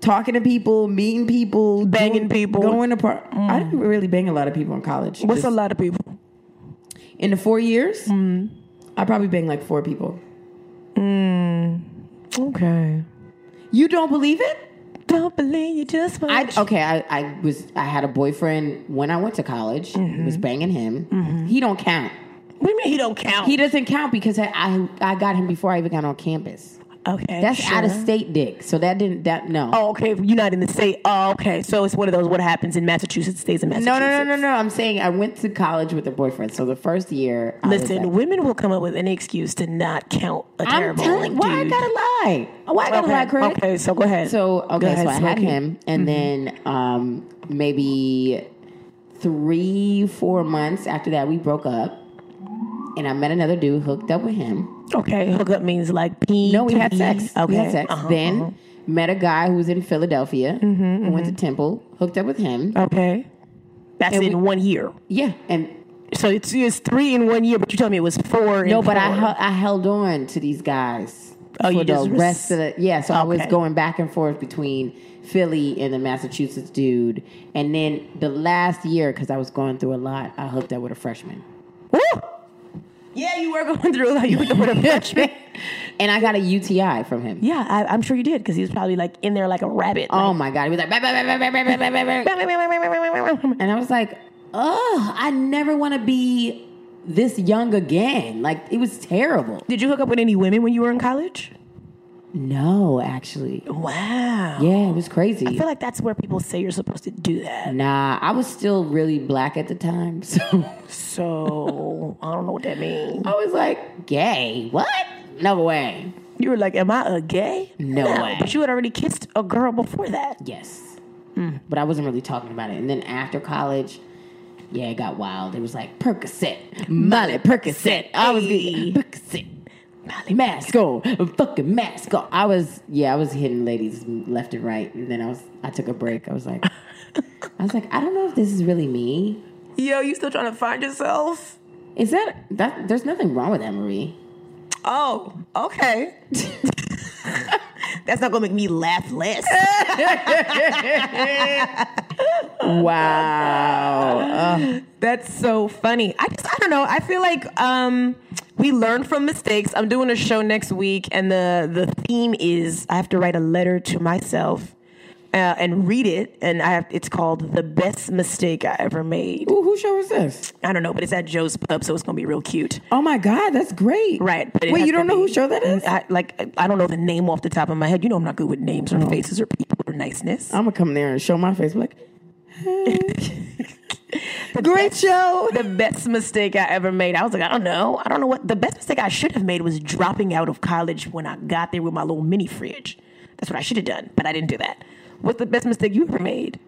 Speaker 1: talking to people, meeting people,
Speaker 2: Banging people. Mm.
Speaker 1: going to par- I didn't really bang a lot of people in college.
Speaker 2: What's a Mm.
Speaker 1: Just-
Speaker 2: lot of people?
Speaker 1: in the four years? I probably banged like four people.
Speaker 2: Okay.
Speaker 1: You don't believe it?
Speaker 2: Don't believe you just
Speaker 1: I oh.
Speaker 2: watch.
Speaker 1: okay. I, I was I had a boyfriend when I went to college.
Speaker 2: Mm-hmm.
Speaker 1: Was banging him. He don't count.
Speaker 2: What do you mean he don't count?
Speaker 1: He doesn't count because I, I I got him before I even got on campus.
Speaker 2: okay.
Speaker 1: That's
Speaker 2: sure.
Speaker 1: out of state dick. So that didn't that no.
Speaker 2: Oh, okay. You're not in the state. Oh, okay. So it's one of those what happens in Massachusetts stays in
Speaker 1: no, no,
Speaker 2: Massachusetts.
Speaker 1: no, no, no. I'm saying I went to college with a boyfriend. So the first year, I was
Speaker 2: Listen,
Speaker 1: like,
Speaker 2: women will come up with any excuse to not count a
Speaker 1: I'm
Speaker 2: terrible
Speaker 1: telling. Why I
Speaker 2: dude.
Speaker 1: gotta lie? Why I gotta
Speaker 2: okay.
Speaker 1: lie, Craig?
Speaker 2: Okay, so go ahead.
Speaker 1: So okay,
Speaker 2: Go ahead,
Speaker 1: so I had
Speaker 2: Smokey. Mm-hmm.
Speaker 1: him, and then um, maybe three, four months after that, we broke up, and I met another dude, hooked up with him.
Speaker 2: Okay, hookup means like pee.
Speaker 1: No, we had
Speaker 2: pee.
Speaker 1: sex.
Speaker 2: Okay,
Speaker 1: we had sex.
Speaker 2: uh-huh, Mm-hmm,
Speaker 1: then met a guy who was in Philadelphia, who went to Temple, hooked up with him.
Speaker 2: uh-huh. okay, that's
Speaker 1: And
Speaker 2: in one year.
Speaker 1: Yeah, and
Speaker 2: So it's, it's three in one year, but you tell me it was four.
Speaker 1: No,
Speaker 2: in
Speaker 1: but I
Speaker 2: four.
Speaker 1: hel- I held on to these guys
Speaker 2: Oh,
Speaker 1: for
Speaker 2: you
Speaker 1: the
Speaker 2: just res-
Speaker 1: rest of the yeah. So I was
Speaker 2: Okay.
Speaker 1: going back and forth between Philly and the Massachusetts dude, and then the last year because I was going through a lot, I hooked up with a freshman.
Speaker 2: Woo! Yeah, you were going through like you were with a freshman.
Speaker 1: and I got a UTI from him.
Speaker 2: yeah, I, I'm sure you did because he was probably like in there like a rabbit.
Speaker 1: Oh my god, he was like, "Bah, bah, bah, bah, bah, bah, bah, bah, bah, bah."
Speaker 2: like,
Speaker 1: and I was like, oh, I never want to be this young again. Like it was terrible.
Speaker 2: Did you hook up with any women when you were in college?
Speaker 1: No, actually,
Speaker 2: Wow.
Speaker 1: yeah, it was crazy.
Speaker 2: I feel like that's where people say you're supposed to do that.
Speaker 1: nah, I was still really black at the time, so.
Speaker 2: So I don't know what that means.
Speaker 1: I was like, gay? What? No way.
Speaker 2: You were like, "Am I a gay?"
Speaker 1: No way.
Speaker 2: But you had already kissed a girl before that.
Speaker 1: Yes. But I wasn't really talking about it. And then after college, yeah, it got wild. It was like Percocet, Molly Percocet. I was getting Percocet, Molly mask on, fucking mask on. I was, yeah, I was hitting ladies left and right. And then I was, I took a break. I was like, I was like, I don't know if this is really me.
Speaker 2: Yo, you still trying to find yourself?
Speaker 1: Is that that? There's nothing wrong with that, Marie.
Speaker 2: Oh, okay. that's not gonna make me laugh less.
Speaker 1: Wow.
Speaker 2: That's so funny. I just I don't know. I feel like um we learn from mistakes. I'm doing a show next week and the the theme is I have to write a letter to myself uh, and read it and I have it's called the best mistake I ever made.
Speaker 1: Ooh, who show is this?
Speaker 2: I don't know, but it's at Joe's Pub so it's going to be real cute.
Speaker 1: Oh my God, that's great.
Speaker 2: Right. But it
Speaker 1: Wait,
Speaker 2: has
Speaker 1: you
Speaker 2: to
Speaker 1: don't know
Speaker 2: be-
Speaker 1: who show that is?
Speaker 2: I, like I don't know the name off the top of my head. You know I'm not good with names or faces or people or niceness.
Speaker 1: I'm gonna come there and show my face. Like, hey. great show.
Speaker 2: Oh, the best mistake I ever made. I was like, I don't know. I don't know what the best mistake I should have made was dropping out of college when I got there with my little mini fridge. That's what I should have done, but I didn't do that. What's the best mistake you ever made?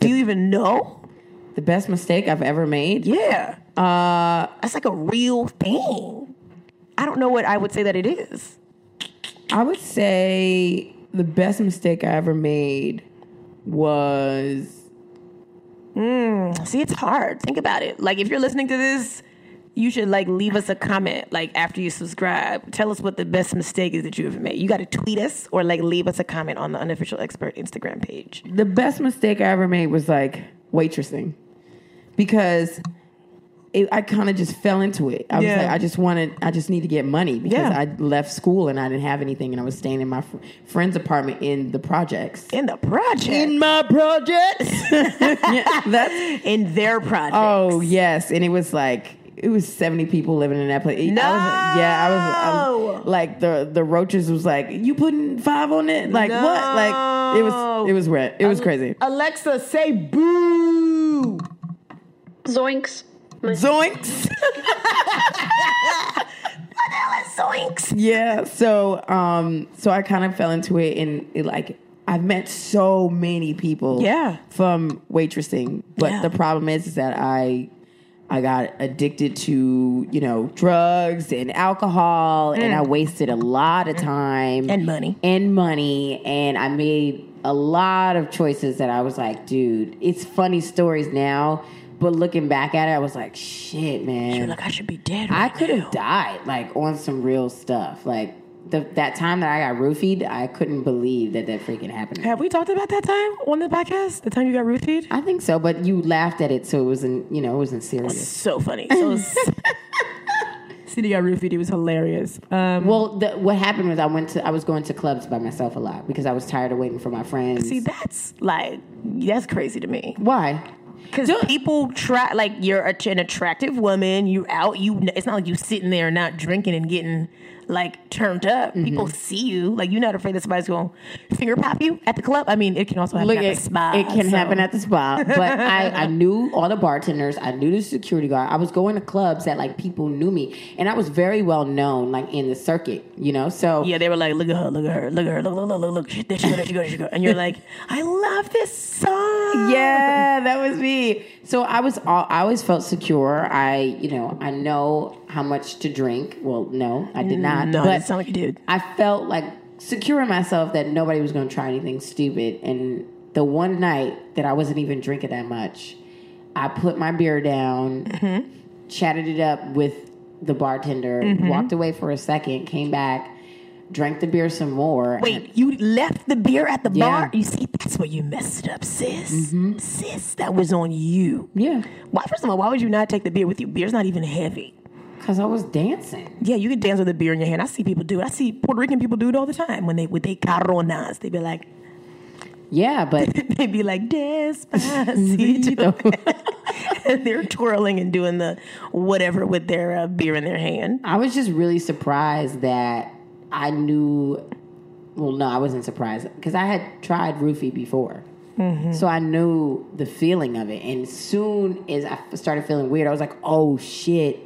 Speaker 2: Do you even know?
Speaker 1: The best mistake I've ever made.
Speaker 2: Yeah. Uh that's like a real thing. I don't know what I would say that it is.
Speaker 1: I would say the best mistake I ever made was
Speaker 2: See, it's hard. Think about it. Like if you're listening to this, you should like leave us a comment like after you subscribe. Tell us what the best mistake is that you ever made. You got to tweet us or like leave us a comment on the unofficial expert Instagram page.
Speaker 1: the best mistake I ever made was like waitressing because it, I kind of just fell into it. I
Speaker 2: Yeah.
Speaker 1: was like, I just wanted, I just need to get money because
Speaker 2: Yeah.
Speaker 1: I left school and I didn't have anything and I was staying in my fr- friend's apartment in the projects.
Speaker 2: In the project.
Speaker 1: in
Speaker 2: In,
Speaker 1: my project. Yeah, that's
Speaker 2: their project.
Speaker 1: oh yes, and it was like it was seventy people living in that place. I was- yeah, I was, I was- like the the roaches was like you putting five on it, like what? Like it was it was red. It was crazy.
Speaker 2: Alexa, say boo.
Speaker 4: Zoinks.
Speaker 1: Zoinks.
Speaker 2: Zoinks.
Speaker 1: yeah. So um, so I kind of fell into it, and it like. I've met so many people
Speaker 2: Yeah.
Speaker 1: from waitressing, but
Speaker 2: Yeah.
Speaker 1: the problem is, is that I I got addicted to, you know, drugs and alcohol and I wasted a lot of time
Speaker 2: And money.
Speaker 1: and money and I made a lot of choices that I was like, dude, it's funny stories now, but looking back at it, I was like, shit, man.
Speaker 2: You're like, I should be dead.
Speaker 1: I
Speaker 2: Right
Speaker 1: could have died, like on some real stuff. Like the, that time that I got roofied, I couldn't believe that that freaking happened.
Speaker 2: Have we talked about that time on the podcast? The time you got roofied?
Speaker 1: I think so, but you laughed at it, so it wasn't, you know, it wasn't serious.
Speaker 2: So funny. So City got roofied. It was hilarious. Um,
Speaker 1: Well, the, what happened was I went to, I was going to clubs by myself a lot because I was tired of waiting for my friends.
Speaker 2: see, that's like that's crazy to me.
Speaker 1: Why?
Speaker 2: Because people try like you're a, an attractive woman. You out. You it's not like you sitting there not drinking and getting like turned up.
Speaker 1: Mm-hmm.
Speaker 2: People see you. Like you're not afraid that somebody's going to finger pop you at the club. I mean, it can also happen
Speaker 1: Look,
Speaker 2: at
Speaker 1: it,
Speaker 2: the spa.
Speaker 1: it can
Speaker 2: so-
Speaker 1: happen at the spa, but I, I knew all the bartenders. I knew the security guard. I was going to clubs that like people knew me, and I was very well known like in the circuit, you know. So
Speaker 2: Yeah, they were like, look at her, look at her, look at her, look, look, look, look, look. She, there she go, there she go, there she go. And you're like, I love this song.
Speaker 1: yeah, that was me. So I was all, I always felt secure. I you know I know how much to drink. Well, no, I did not.
Speaker 2: No,
Speaker 1: but
Speaker 2: it sounded like you did.
Speaker 1: I felt like secure in myself that nobody was going to try anything stupid. And the one night that I wasn't even drinking that much, I put my beer down, chatted it up with the bartender, walked away for a second, came back, drank the beer some more. and-
Speaker 2: Wait, you left the beer at the
Speaker 1: Yeah. Mm-hmm.
Speaker 2: bar? You see, that's where you messed up, sis. Sis, that was on you.
Speaker 1: yeah,
Speaker 2: Why, first of all, why would you not take the beer with you? Beer's not even heavy.
Speaker 1: because I was dancing.
Speaker 2: Yeah, you can dance with a beer in your hand. I see people do it. I see Puerto Rican people do it all the time when they with they coronas. They be like,
Speaker 1: Yeah, but
Speaker 2: they be like despacito, and they're twirling and doing the whatever with their uh, beer in their hand.
Speaker 1: I was just really surprised that I knew. Well, no, I wasn't surprised because I had tried roofie before, so I knew the feeling of it. And as soon as I f- started feeling weird, I was like, "Oh shit!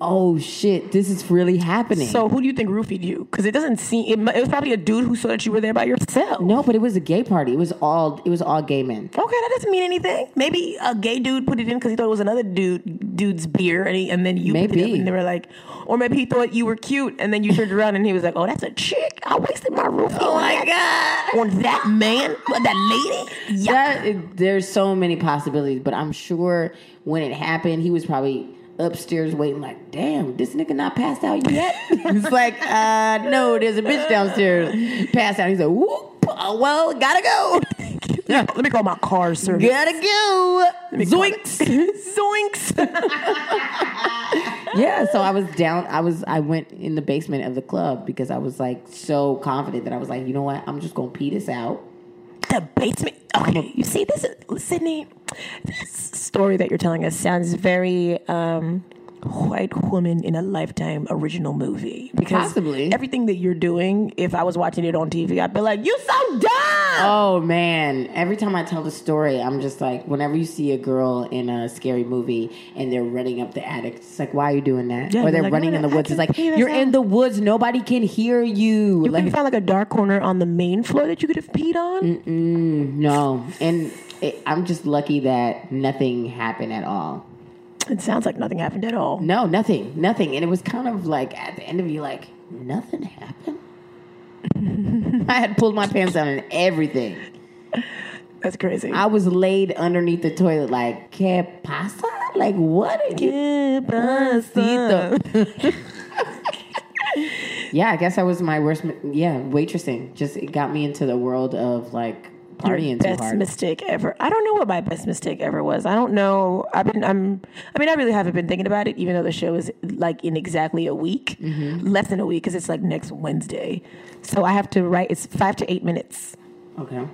Speaker 1: Oh shit! This is really happening."
Speaker 2: So who do you think roofied you? Because it doesn't seem it, mu- it was probably a dude who saw that you were there by yourself.
Speaker 1: no, but it was a gay party. It was all it was all gay men.
Speaker 2: Okay, that doesn't mean anything. Maybe a gay dude put it in because he thought it was another dude dude's beer, and, he, and then you picked it
Speaker 1: Maybe.
Speaker 2: up and they were like, or maybe he thought you were cute, and then you turned around and he was like, "Oh, that's a chick. I wasted my roof. Oh my god, on that man, on that lady. Yeah,
Speaker 1: That it- there's so many possibilities, but I'm sure when it happened, he was probably upstairs waiting, like, "Damn, this nigga not passed out yet." it's like, uh, no, there's a bitch downstairs passed out. He's like, "Whoop, oh, well, gotta go,
Speaker 2: let me call my car service.
Speaker 1: gotta go." Zoinks.
Speaker 2: zoinks.
Speaker 1: yeah, so I was down. I was I went in the basement of the club because I was like so confident that I was like, you know what, I'm just gonna pee this out.
Speaker 2: the basement. Okay, you see this, is- Sydney. This story that you're telling us sounds very um, white woman in a lifetime original movie. Because
Speaker 1: Possibly.
Speaker 2: everything that you're doing, if I was watching it on TV, I'd be like, "You so dumb."
Speaker 1: Oh man! Every time I tell the story, I'm just like, whenever you see a girl in a scary movie and they're running up the attic, it's like, why are you doing that?
Speaker 2: Yeah,
Speaker 1: or
Speaker 2: you're
Speaker 1: they're
Speaker 2: like,
Speaker 1: running
Speaker 2: "No,
Speaker 1: in the
Speaker 2: no, I
Speaker 1: woods. It's
Speaker 2: can
Speaker 1: like
Speaker 2: pee this
Speaker 1: you're in
Speaker 2: out."
Speaker 1: the woods, nobody can hear you.
Speaker 2: You
Speaker 1: like Mm.
Speaker 2: couldn't find like a dark corner on the main floor that you could have peed on.
Speaker 1: no, and it, I'm just lucky that nothing happened at all.
Speaker 2: It sounds like nothing happened at all.
Speaker 1: No, nothing, nothing. And it was kind of like at the end of you, like nothing happened. I had pulled my pants down and everything.
Speaker 2: That's crazy.
Speaker 1: I was laid underneath the toilet, like que pasa? Like what? Are you
Speaker 2: Yeah,
Speaker 1: Tito. yeah, I guess that was my worst. mi- Yeah, waitressing just it got me into the world of like
Speaker 2: Your
Speaker 1: partying too
Speaker 2: best
Speaker 1: hard.
Speaker 2: mistake ever. I don't know what my best mistake ever was. I don't know. I've been. I'm. I mean, I really haven't been thinking about it, even though the show is like in exactly a week,
Speaker 1: Mm-hmm.
Speaker 2: less than a week, because it's like next Wednesday. So I have to write. It's five to eight minutes.
Speaker 1: okay,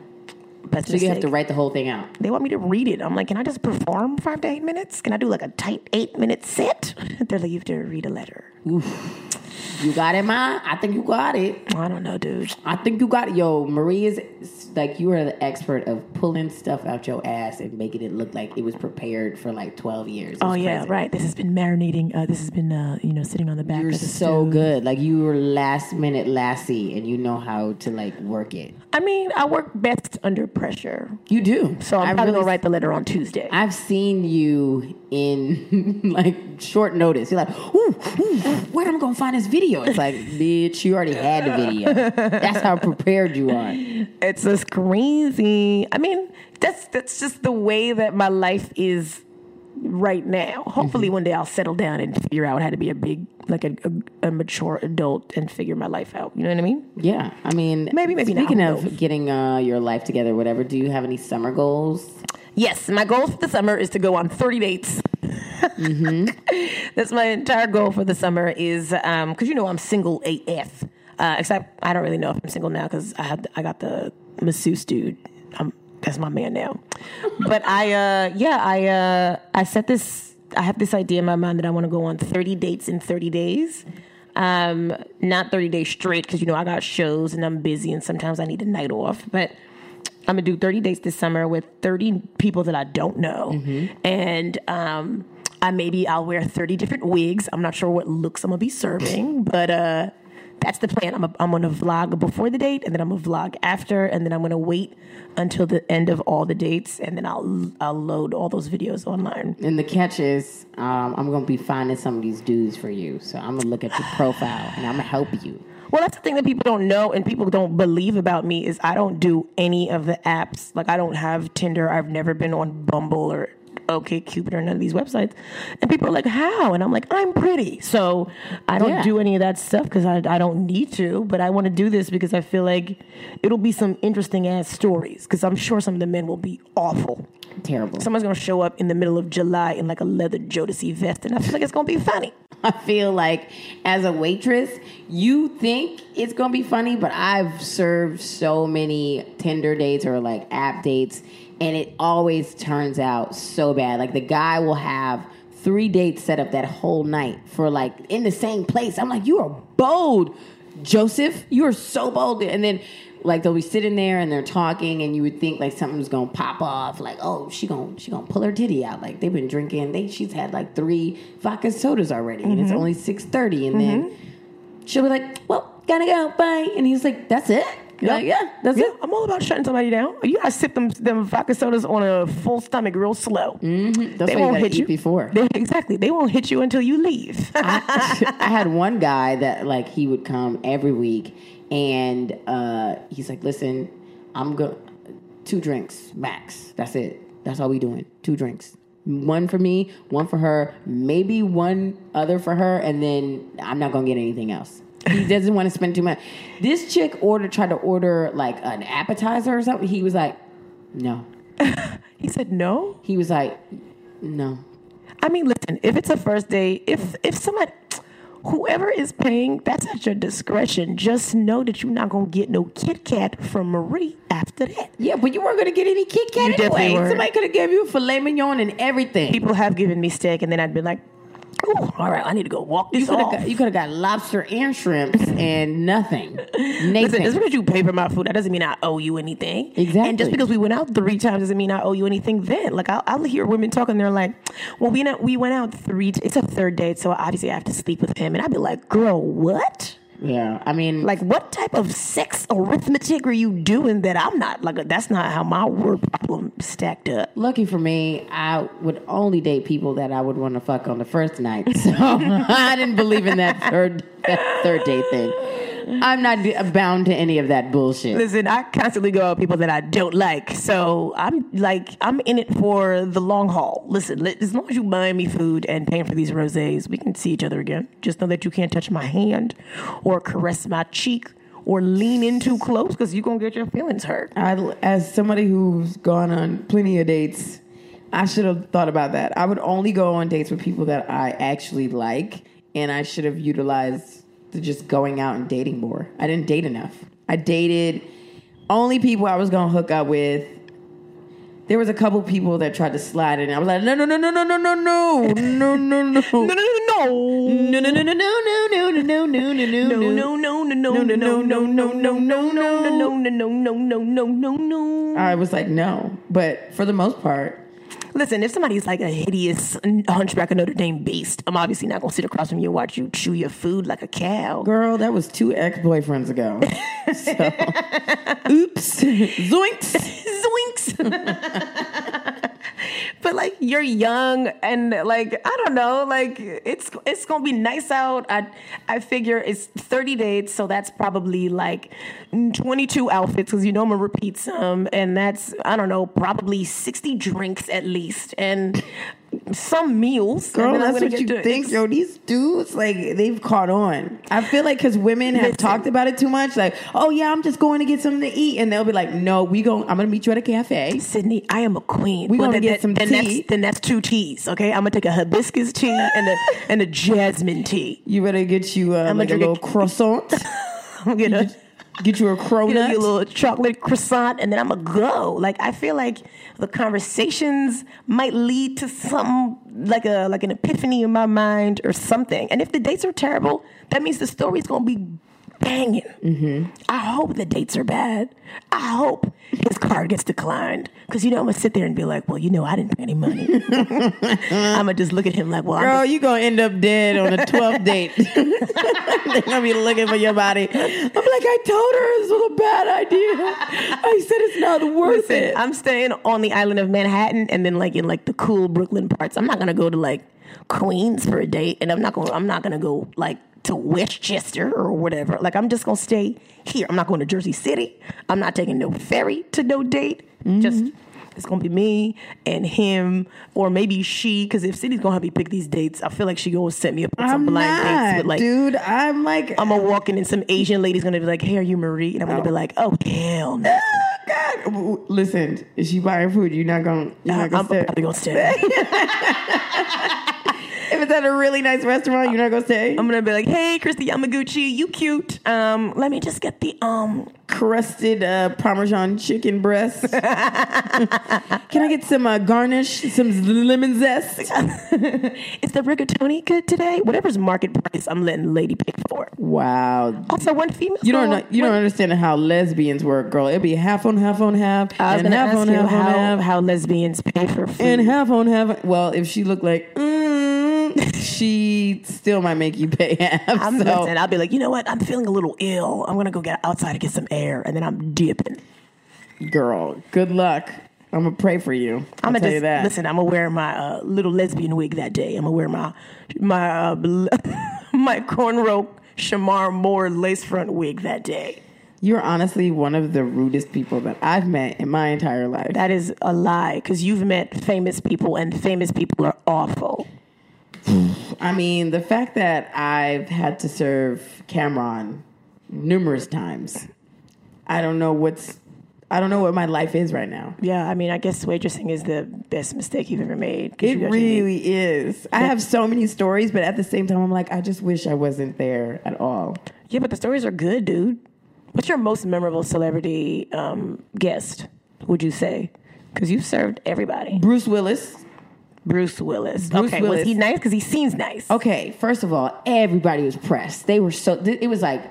Speaker 2: Best
Speaker 1: so
Speaker 2: mistake.
Speaker 1: you have to write the whole thing out.
Speaker 2: They want me to read it. I'm like, can I just perform five to eight minutes? Can I do like a tight eight minute set? They're like, you have to read a letter.
Speaker 1: You got it, ma. I think you got it.
Speaker 2: I don't know, dude.
Speaker 1: I think you got it. Yo, Marie is s- like you are the expert of pulling stuff out your ass and making it look like it was prepared for like twelve years. It's
Speaker 2: Oh yeah,
Speaker 1: crazy.
Speaker 2: right. This has been marinating. Uh, this has been, uh, you know, sitting on the back.
Speaker 1: You're
Speaker 2: of the
Speaker 1: so
Speaker 2: stove.
Speaker 1: good. Like you were last minute lassie, and you know how to like work it.
Speaker 2: I mean, I work best under pressure.
Speaker 1: You do.
Speaker 2: So I'm
Speaker 1: I
Speaker 2: probably
Speaker 1: really
Speaker 2: gonna write the letter on Tuesday.
Speaker 1: I've seen you in like short notice. You're like, ooh, ooh where am I gonna find this video? It's like, bitch, you already had the video. That's how prepared you are.
Speaker 2: It's just crazy. I mean, that's that's just the way that my life is right now. Hopefully, one day I'll settle down and figure out how to be a big, like a, a, a mature adult and figure my life out. You know what I mean?
Speaker 1: Yeah, I mean,
Speaker 2: Maybe, maybe not.
Speaker 1: Speaking
Speaker 2: Who
Speaker 1: of getting uh, your life together, whatever, do you have any summer goals?
Speaker 2: Yes, my goal for the summer is to go on 30 dates. That's my entire goal for the summer is because you know I'm single AF. Uh, except I don't really know if I'm single now because I had I got the masseuse dude. i that's my man now. but I uh, yeah I uh, I set this I have this idea in my mind that I want to go on 30 dates in 30 days. Um, not 30 days straight because you know I got shows and I'm busy and sometimes I need a night off, but. I'm gonna do 30 dates this summer with 30 people that I don't know, and um, I maybe I'll wear 30 different wigs. I'm not sure what looks I'm gonna be serving, but uh, that's the plan. I'm a, I'm gonna vlog before the date, and then I'm gonna vlog after, and then I'm gonna wait until the end of all the dates, and then I'll I'll load all those videos online.
Speaker 1: And the catch is, um, I'm gonna be finding some of these dudes for you. So I'm gonna look at your profile and I'm gonna help you.
Speaker 2: Well, that's the thing that people don't know and people don't believe about me is I don't do any of the apps. Like I don't have Tinder. I've never been on Bumble or OK Cupid or none of these websites. And people are like, "How?" And I'm like, "I'm pretty." So I don't
Speaker 1: Yeah.
Speaker 2: do any of that stuff because I, I don't need to. But I want to do this because I feel like it'll be some interesting ass stories. Because I'm sure some of the men will be awful.
Speaker 1: Terrible.
Speaker 2: Someone's gonna show up in the middle of July in like a leather Jodeci vest, and I feel like it's gonna be funny.
Speaker 1: I feel like as a waitress, you think it's gonna be funny, but I've served so many Tinder dates or like app dates, and it always turns out so bad. Like the guy will have three dates set up that whole night for like in the same place. I'm like, you are bold, Joseph. You are so bold. And then like they'll be sitting there and they're talking and you would think like something's gonna pop off like oh she gonna she gonna pull her titty out like they've been drinking they she's had like three vodka sodas already and it's only 6.30 and then she'll be like well gotta go bye and he's like that's it You're like yeah that's
Speaker 2: Yeah,
Speaker 1: it
Speaker 2: I'm all about shutting somebody down. You gotta sip them them vodka sodas on a full stomach, real slow. Mm-hmm.
Speaker 1: That's why you gotta eat before.
Speaker 2: They, exactly. They won't hit you until you leave.
Speaker 1: I had one guy that like he would come every week, and uh, he's like, "Listen, I'm go two drinks max. That's it. That's all we doing. Two drinks. One for me, one for her, maybe one other for her, and then I'm not gonna get anything else." He doesn't want to spend too much. This chick ordered tried to order like an appetizer or something. He was like, "No."
Speaker 2: he said no.
Speaker 1: He was like, "No."
Speaker 2: I mean, listen. If it's a first date, if if somebody, whoever is paying, that's at your discretion. Just know that you're not gonna get no Kit Kat from Marie after that.
Speaker 1: Yeah, but you weren't gonna get any Kit Kat
Speaker 2: You definitely
Speaker 1: anyway.
Speaker 2: weren't.
Speaker 1: Somebody could have gave you filet mignon and everything.
Speaker 2: People have given me steak, and then I'd be like, "Ooh, all right, I need to go walk this
Speaker 1: You could have
Speaker 2: off."
Speaker 1: got, you could have got lobster and shrimps and nothing.
Speaker 2: Listen,
Speaker 1: Nathan,
Speaker 2: just because you pay for my food, that doesn't mean I owe you anything. And
Speaker 1: Exactly.
Speaker 2: just because we went out three times doesn't mean I owe you anything then. Like, I'll, I'll hear women talking, they're like, well, we, not, we went out three, t- it's a third date, so obviously I have to sleep with him. And I'd be like, girl, what?
Speaker 1: yeah, I mean, like
Speaker 2: Like, what type of sex arithmetic are you doing that I'm not, like, that's not how my word problem stacked up.
Speaker 1: lucky for me, I would only date people that I would want to fuck on the first night. So I didn't believe in that third that third date thing. I'm not d- bound to any of that bullshit.
Speaker 2: Listen, I constantly go out with people that I don't like. So I'm like, I'm in it for the long haul. Listen, li- as long as you buying me food and paying for these rosés, we can see each other again. Just know that you can't touch my hand or caress my cheek or lean in too close because you're going to get your feelings hurt.
Speaker 3: I, as somebody who's gone on plenty of dates, I should have thought about that. I would only go on dates with people that I actually like, and I should have utilized the just going out and dating more. I didn't date enough. I dated only people I was gonna hook up with. There was a couple people that tried to slide in. I was like, no, no, no, no, no, no, no, no, no, no, no,
Speaker 2: No, no,
Speaker 3: no, no,
Speaker 2: no, no,
Speaker 3: no, no, no, no, no, no, no, no, no,
Speaker 2: no,
Speaker 3: no.
Speaker 2: no, no, no, no, no, no, no, no, no, no, no, no, no, no, no, no, no, no, no.
Speaker 3: I was like, no. But for the most part,
Speaker 2: Listen, if somebody's like a hideous hunchback of Notre Dame beast, I'm obviously not gonna sit across from you and watch you chew your food like a cow.
Speaker 3: Girl, that was two ex boyfriends ago. So, oops, zoinks.
Speaker 2: Zoinks! but like you're young and like I don't know, like it's it's gonna be nice out. I I figure it's 30 dates, so that's probably like 22 outfits because you know I'm gonna repeat some, and that's I don't know, probably 60 drinks at least, and some meals. and
Speaker 3: Girl,
Speaker 2: then I'm
Speaker 3: that's
Speaker 2: gonna
Speaker 3: what
Speaker 2: get
Speaker 3: you
Speaker 2: to-
Speaker 3: think, yo. These dudes, like, they've caught on. I feel like because women have talked about it too much, like, oh yeah, I'm just going to get something to eat, and they'll be like, no, we going I'm gonna meet you at a cafe.
Speaker 2: Sydney, I am a queen.
Speaker 3: We gonna
Speaker 2: then-
Speaker 3: get
Speaker 2: then-
Speaker 3: some
Speaker 2: then
Speaker 3: tea.
Speaker 2: That's, then that's two teas, okay? I'm gonna take a hibiscus tea and a and a jasmine tea.
Speaker 3: You better get you uh,
Speaker 2: I'ma
Speaker 3: like a
Speaker 2: drink a-
Speaker 3: little croissant.
Speaker 2: I'm gonna
Speaker 3: get you a
Speaker 2: you know,
Speaker 3: cronut.
Speaker 2: your little chocolate croissant, and then I'm gonna go. Like I feel like the conversations might lead to some like a like an epiphany in my mind or something. And if the dates are terrible, that means the story's gonna be banging. I hope the dates are bad. I hope his card gets declined because you know I'm gonna sit there and be like, well, you know, I didn't pay any money. I'm gonna just look at him like, well,
Speaker 3: Girl,
Speaker 2: I'm
Speaker 3: you gonna end up dead on the twelfth date. They're gonna be looking for your body. I'm like, I told her this was a bad idea. I said it's not worth
Speaker 2: just,
Speaker 3: it.
Speaker 2: I'm staying on the island of Manhattan and then like in like the cool Brooklyn parts. I'm not gonna go to like Queens for a date, and I'm not gonna I'm not gonna go like to Westchester or whatever. Like I'm just gonna stay here. I'm not going to Jersey City. I'm not taking no ferry to no date.
Speaker 3: Mm-hmm.
Speaker 2: Just it's gonna be me and him, or maybe she. Because if City's gonna have me pick these dates, I feel like she gonna set me up on some
Speaker 3: I'm
Speaker 2: blind dates
Speaker 3: not,
Speaker 2: with like
Speaker 3: dude. I'm like,
Speaker 2: I'm gonna walk in and some Asian lady's gonna be like, "Hey, are you Marie?" And I'm gonna be like, "Oh hell no!"
Speaker 3: God. Listen, if you buying food, you're not gonna. You're not
Speaker 2: I'm
Speaker 3: gonna stay.
Speaker 2: probably gonna stay.
Speaker 3: if it's at a really nice restaurant, you're not gonna stay.
Speaker 2: I'm gonna be like, "Hey, Christy Yamaguchi, you cute. Um, let me just get the um."
Speaker 3: crusted uh, Parmesan chicken breast. Can I get some uh, garnish, some lemon zest?
Speaker 2: Is the rigatoni good today? Whatever's market price, I'm letting lady pay for. it.
Speaker 3: Wow,
Speaker 2: Also, one female.
Speaker 3: You don't
Speaker 2: saw-
Speaker 3: know. You don't
Speaker 2: one-
Speaker 3: understand how lesbians work, girl. It'd be half on half on half,
Speaker 2: I was
Speaker 3: and
Speaker 2: gonna
Speaker 3: half
Speaker 2: ask
Speaker 3: on
Speaker 2: you
Speaker 3: half on
Speaker 2: how,
Speaker 3: half,
Speaker 2: how lesbians pay for food.
Speaker 3: and half on half. Well, if she looked like, mm, she still might make you pay half.
Speaker 2: I'm
Speaker 3: so
Speaker 2: listening. I'll be like, you know what? I'm feeling a little ill. I'm gonna go get outside and get some air, and then I'm dipping.
Speaker 3: girl, good luck. I'm gonna pray for you.
Speaker 2: I'm
Speaker 3: I'm
Speaker 2: gonna
Speaker 3: gonna tell
Speaker 2: just
Speaker 3: you that.
Speaker 2: listen. I'm gonna wear my uh, little lesbian wig that day. I'm gonna wear my my uh, bl- my cornrow Shamar Moore lace front wig that day.
Speaker 3: You're honestly one of the rudest people that I've met in my entire life.
Speaker 2: That is a lie because you've met famous people and famous people are awful.
Speaker 3: I mean, the fact that I've had to serve Cameron numerous times. I don't know what's. I don't know what my life is right now.
Speaker 2: Yeah, I mean, I guess waitressing is the best mistake you've ever made. 'cause
Speaker 3: It
Speaker 2: you actually-
Speaker 3: really is. I have so many stories, but at the same time, I'm like, I just wish I wasn't there at all.
Speaker 2: yeah, but the stories are good, dude. What's your most memorable celebrity um, guest? Would you say? Because you've served everybody.
Speaker 3: Bruce Willis.
Speaker 2: Bruce Willis.
Speaker 3: Bruce
Speaker 2: okay,
Speaker 3: Willis.
Speaker 2: was he nice? Because he seems nice.
Speaker 1: Okay, first of all, everybody was pressed. They were so. th- It was like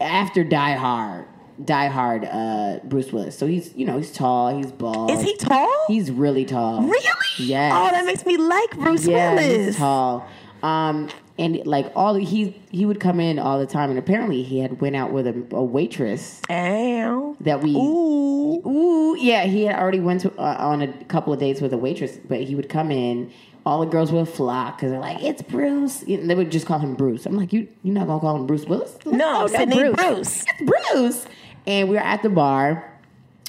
Speaker 1: after Die Hard, Die Hard, uh, Bruce Willis. So he's you know he's tall, he's bald.
Speaker 2: Is he tall?
Speaker 1: He's really tall.
Speaker 2: really.
Speaker 1: Yes.
Speaker 2: Oh, that makes me like Bruce
Speaker 1: yeah, he's
Speaker 2: Willis.
Speaker 1: tall. Um, and like all he he would come in all the time, and apparently he had went out with a, a waitress
Speaker 2: Ow.
Speaker 1: that we.
Speaker 2: Ooh.
Speaker 1: Ooh, yeah, he had already went to, uh, on a couple of dates with a waitress, but he would come in. All the girls would flock because they're like, "It's Bruce." And they would just call him Bruce. I'm like, "You, you're not gonna call him Bruce Willis?"
Speaker 2: No, Sydney Bruce.
Speaker 1: It's Bruce. And we were at the bar.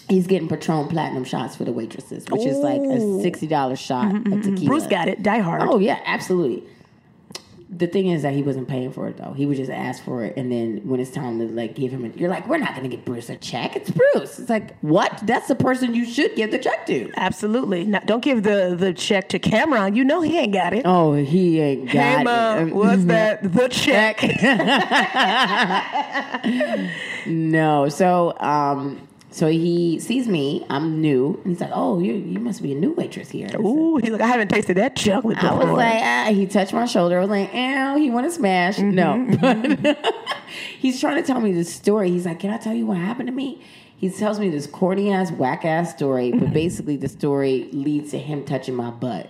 Speaker 1: He's getting Patron Platinum shots for the waitresses, which is like a sixty dollars shot of tequila.
Speaker 2: Mm-hmm, Bruce got it. Die hard.
Speaker 1: Oh yeah, absolutely. The thing is that he wasn't paying for it though. He would just ask for it, and then when it's time to like give him, a, you're like, we're not gonna give Bruce a check. It's Bruce. It's like what? That's the person you should give the check to.
Speaker 2: Absolutely. Now, don't give the, the check to Cameron. You know he ain't got it.
Speaker 1: Oh, he ain't got
Speaker 2: Hey,
Speaker 1: it. Um, mm-hmm.
Speaker 2: Mom, what's that? The check.
Speaker 1: No, so um, so he sees me. I'm new, and he's like, oh, you you must be a new waitress here.
Speaker 2: Ooh, he's like, I haven't tasted that chocolate
Speaker 1: I
Speaker 2: before.
Speaker 1: was like, ah, he touched my shoulder. I was like, ow, he want to smash.
Speaker 2: Mm-hmm,
Speaker 1: No. But he's trying to tell me this story. He's like, can I tell you what happened to me? He tells me this corny ass, whack ass story,
Speaker 2: Mm-hmm.
Speaker 1: but basically the story leads to him touching my butt.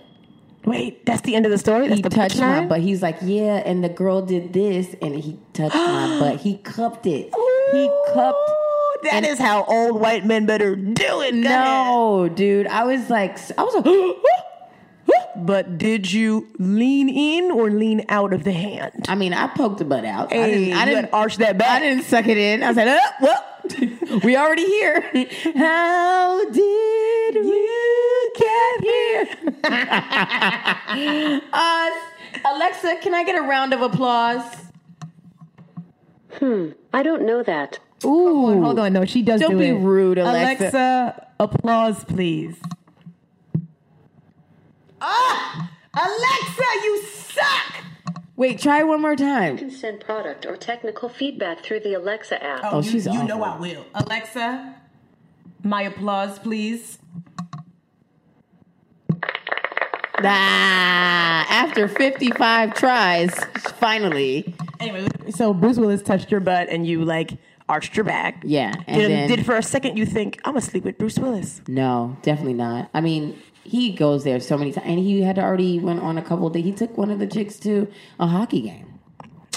Speaker 2: wait, that's the end of the story? That's
Speaker 1: He
Speaker 2: the
Speaker 1: touched my
Speaker 2: punchline?
Speaker 1: butt. He's like, yeah, and the girl did this, and he touched my butt. He cupped it. He cupped
Speaker 2: That is how old white men better do it. Go ahead.
Speaker 3: No, dude. I was like, I was like,
Speaker 2: But did you lean in or lean out of the hand?
Speaker 1: I mean, I poked the butt out. I
Speaker 2: Hey,
Speaker 1: didn't. I
Speaker 2: you
Speaker 1: didn't
Speaker 2: gotta arch that back.
Speaker 1: I didn't suck it in. I said, "Up, well, we already here." How did we get here? uh, Alexa, can I get a round of applause?
Speaker 4: Hmm, I don't know that.
Speaker 5: Ooh. Hold on. No, she does
Speaker 1: Don't
Speaker 5: do
Speaker 1: be
Speaker 5: it.
Speaker 1: rude, Alexa.
Speaker 2: Alexa, applause, please. Ah! Alexa, you suck!
Speaker 1: Wait, try one more time.
Speaker 4: can send product or technical feedback through the Alexa app.
Speaker 2: Oh, you, she's You know I will. Alexa, my applause, please.
Speaker 1: Ah, after fifty-five tries, finally,
Speaker 2: Anyway, so Bruce Willis touched your butt and you like arched your back.
Speaker 1: Yeah, and
Speaker 2: Did,
Speaker 1: then-
Speaker 2: did for a second you think, I'm gonna sleep with Bruce Willis.
Speaker 1: no, definitely not. I mean. He goes there so many times, and he had already went on a couple. Of, he took one of the chicks to a hockey game.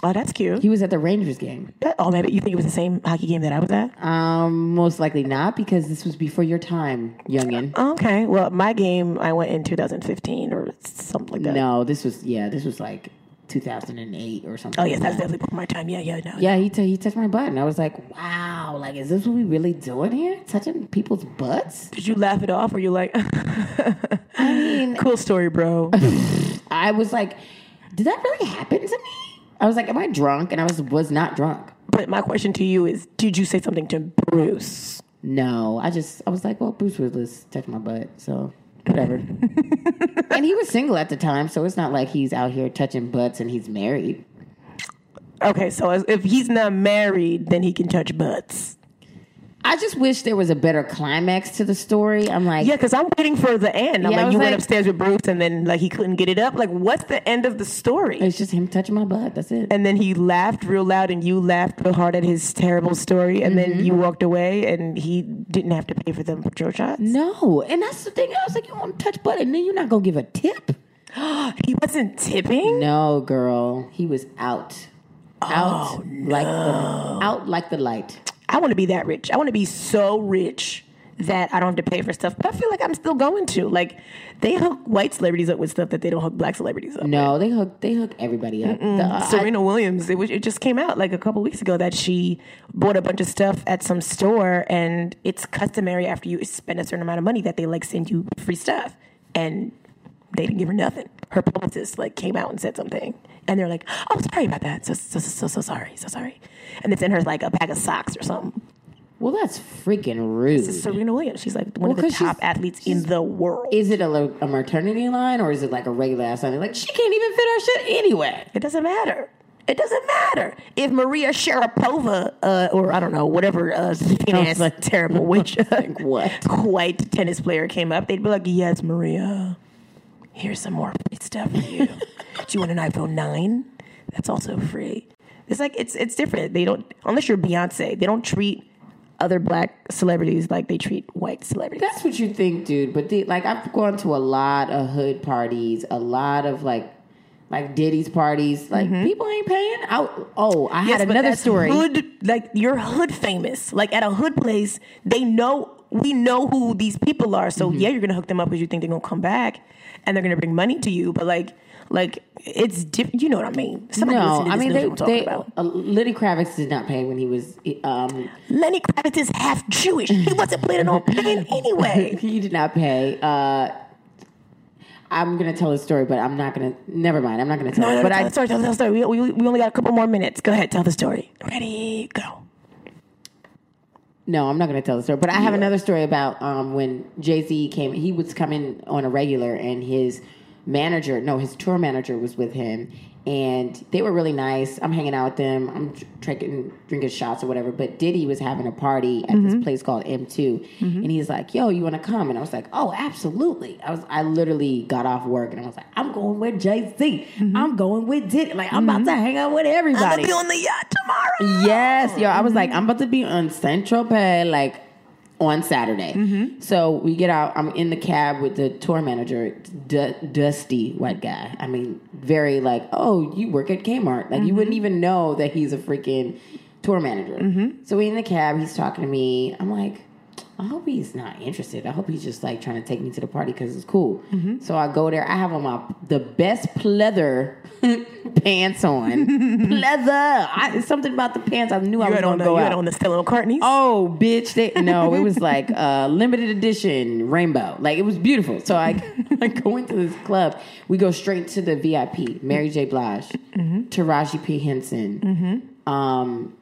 Speaker 2: Oh, that's cute.
Speaker 1: He was at the Rangers game.
Speaker 2: That- oh, maybe you think it was the same hockey game that I was at?
Speaker 1: Um, most likely not because this was before your time, youngin.
Speaker 2: Okay. Well, my game I went in 2015 or something like that.
Speaker 1: No, this was yeah, this was like 2008 or something.
Speaker 2: Oh, yes,
Speaker 1: like
Speaker 2: that's
Speaker 1: that.
Speaker 2: definitely before my time. Yeah, yeah, no.
Speaker 1: yeah. He t- he touched my butt, and I was like, wow, like is this what we really doing here? Touching people's butts?
Speaker 2: Did you laugh it off or you like,
Speaker 1: I mean,
Speaker 2: cool story, bro?
Speaker 1: I was like, did that really happen to me? I was like, am I drunk? And I was was not drunk.
Speaker 2: but my question to you is, did you say something to Bruce?
Speaker 1: No, I just I was like, well, Bruce Willis touched my butt, so whatever. and he was single at the time, so it's not like he's out here touching butts and he's married.
Speaker 2: Okay, so as, if he's not married, then he can touch butts.
Speaker 1: I just wish there was a better climax to the story. I'm like,
Speaker 2: Yeah, because I'm waiting for the end. I'm
Speaker 1: Yeah, I
Speaker 2: like,
Speaker 1: was
Speaker 2: you
Speaker 1: like-
Speaker 2: went upstairs with Bruce, and then like he couldn't get it up. Like, what's the end of the story?
Speaker 1: it's just him touching my butt. That's it.
Speaker 2: And then he laughed real loud, and you laughed real hard at his terrible story. And then
Speaker 1: Mm-hmm.
Speaker 2: you walked away, and he didn't have to pay for them Joe shots.
Speaker 1: no, and that's the thing. I was like, you want to touch butt, and then you're not gonna give a tip.
Speaker 2: He wasn't tipping.
Speaker 1: No, girl, he was out, Oh, out like the, out like the light.
Speaker 2: I want to be that rich. I want to be so rich that I don't have to pay for stuff. But I feel like I'm still going to. Like, they hook white celebrities up with stuff that they don't hook black celebrities up.
Speaker 1: No, they hook they hook everybody up. The- I-
Speaker 2: Serena Williams, it, was, it just came out like a couple weeks ago that she bought a bunch of stuff at some store, and it's customary after you spend a certain amount of money that they like send you free stuff, and they didn't give her nothing. Her publicist like came out and said something, and they're like, "Oh, sorry about that. So so so so sorry, so sorry," and they sent her like a bag of socks or something.
Speaker 1: well, that's freaking rude.
Speaker 2: It's Serena Williams. She's like
Speaker 1: Mm-hmm.
Speaker 2: one
Speaker 1: Well,
Speaker 2: of the
Speaker 1: 'cause she's-
Speaker 2: top athletes in the world.
Speaker 1: Is it a, lo- a maternity line or is it like a regular ass line? Like she can't even fit our shit anyway.
Speaker 2: It doesn't matter. It doesn't matter if Maria Sharapova, uh, or I don't know, whatever uh, thin ass,
Speaker 1: like-
Speaker 2: terrible witch, like
Speaker 1: what?
Speaker 2: white tennis player came up, they'd be like, "Yes, Maria, here's some more free stuff for you. Do you want an iPhone nine? That's also free." It's like it's it's different. They don't unless you're Beyonce, they don't treat other black celebrities like they treat white celebrities.
Speaker 1: That's what you think, dude. But the, like, I've gone to a lot of hood parties, a lot of like, like Diddy's parties. Like, people ain't paying. out. oh, I
Speaker 2: Mm-hmm. Yes,
Speaker 1: had
Speaker 2: but
Speaker 1: another
Speaker 2: that's
Speaker 1: story.
Speaker 2: Hood, like you're hood famous. Like at a hood place, they know we know who these people are.
Speaker 1: Mm-hmm.
Speaker 2: So yeah, you're gonna hook them up because you think they're gonna come back and they're gonna bring money to you. But like, like it's different. You know what I mean? Somebody
Speaker 1: No,
Speaker 2: listen to
Speaker 1: I
Speaker 2: this
Speaker 1: mean
Speaker 2: knows
Speaker 1: they.
Speaker 2: what I'm talking
Speaker 1: they
Speaker 2: about.
Speaker 1: uh, Lenny Kravitz did not pay when he was. Um,
Speaker 2: Lenny Kravitz is half Jewish. He wasn't planning on paying anyway.
Speaker 1: he did not pay. Uh, I'm gonna tell a story, but I'm not gonna. Never mind. I'm not gonna tell.
Speaker 2: No,
Speaker 1: it,
Speaker 2: no,
Speaker 1: but
Speaker 2: but tell
Speaker 1: I
Speaker 2: the story, tell the story. We, we, we only got a couple more minutes. Go ahead, tell the story. Ready, go.
Speaker 1: No, I'm not going to tell the story. But I have another story about um, when Jay Z came. He was coming on a regular, and his manager, no, his tour manager was with him, and they were really nice. I'm hanging out with them. I'm dr- drinking drinking shots or whatever. But Diddy was having a party at this place called M2, and he's like, "Yo, you want to come?" And I was like, "Oh, absolutely." I was. I literally got off work, and I was like, "I'm going with Jay Z. am going with Diddy. Like, I'm about to hang out with everybody."
Speaker 2: I'll be on the yacht tomorrow.
Speaker 1: Yes, yo, I was like, I'm about to be on Central Pay, like on Saturday. So we get out. I'm in the cab with the tour manager, d- dusty white guy. I mean, very like, oh, you work at Kmart. Like you wouldn't even know that he's a freaking tour manager. So we in the cab, he's talking to me. I'm like, I hope he's not interested. I hope he's just like trying to take me to the party because it's cool.
Speaker 2: Mm-hmm.
Speaker 1: So I go there. I have on my the best pleather pants on. pleather. I, something about the pants. I knew I
Speaker 2: You
Speaker 1: was
Speaker 2: had
Speaker 1: going
Speaker 2: on
Speaker 1: to
Speaker 2: the
Speaker 1: go
Speaker 2: you
Speaker 1: out.
Speaker 2: had on the Stella McCartney.
Speaker 1: Oh, bitch! They, no, it was like uh, limited edition rainbow. Like it was beautiful. So I, I go into this club. We go straight to the VIP. Mary J. Blige,
Speaker 2: Mm-hmm.
Speaker 1: Taraji P. Henson. Um,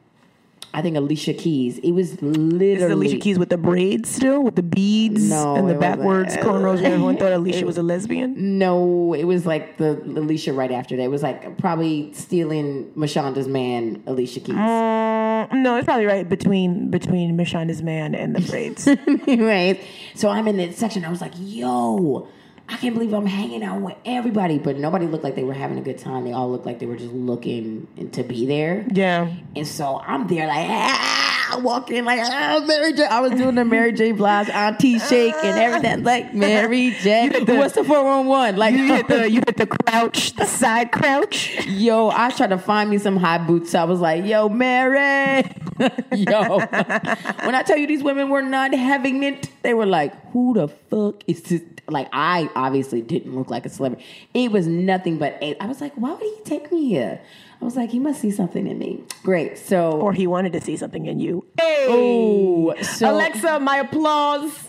Speaker 1: I think Alicia Keys. It was literally
Speaker 2: Is Alicia Keys with the braids still, with the beads
Speaker 1: No,
Speaker 2: and the
Speaker 1: it wasn't.
Speaker 2: backwards cornrows? where Everyone thought Alicia was a lesbian.
Speaker 1: No, it was like the Alicia right after that. It was like probably stealing Mashonda's man, Alicia Keys.
Speaker 2: Mm, No, it's probably right between between Mishana's man and the braids.
Speaker 1: Anyways, so I'm in that section. I was like, yo, I can't believe I'm hanging out with everybody. But nobody looked like they were having a good time. They all looked like they were just looking to be there.
Speaker 2: yeah.
Speaker 1: And so I'm there like, ah, walking like, ah, Mary J. I was doing the Mary J. Blige auntie shake and everything. Like, Mary J. What's the 411? Like,
Speaker 2: You hit the you hit the crouch, the side crouch.
Speaker 1: yo, I tried to find me some high boots. I was like, yo, Mary. yo. when I tell you these women were not having it, they were like, who the fuck is this? Like, I obviously didn't look like a celebrity. It was nothing but a- I was like, why would he take me here? I was like, he must see something in me. Great. So,
Speaker 2: Or he wanted to see something in you.
Speaker 1: Ooh, so
Speaker 2: Alexa, my applause.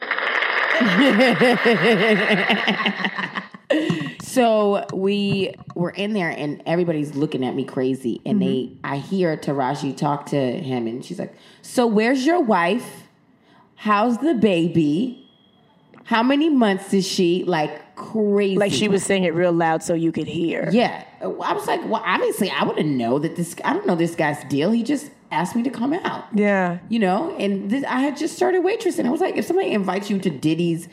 Speaker 1: So we were in there, and everybody's looking at me crazy. And
Speaker 2: Mm-hmm.
Speaker 1: they, I hear Taraji talk to him, and she's like, "So where's your wife? How's the baby? How many months is she? Like crazy?
Speaker 2: Like she was saying it real loud so you could hear.
Speaker 1: Yeah. I was like, well, obviously, I wouldn't know that this. I don't know this guy's deal. He just asked me to come out.
Speaker 2: Yeah.
Speaker 1: You know, and this, I had just started waitressing. I was like, if somebody invites you to Diddy's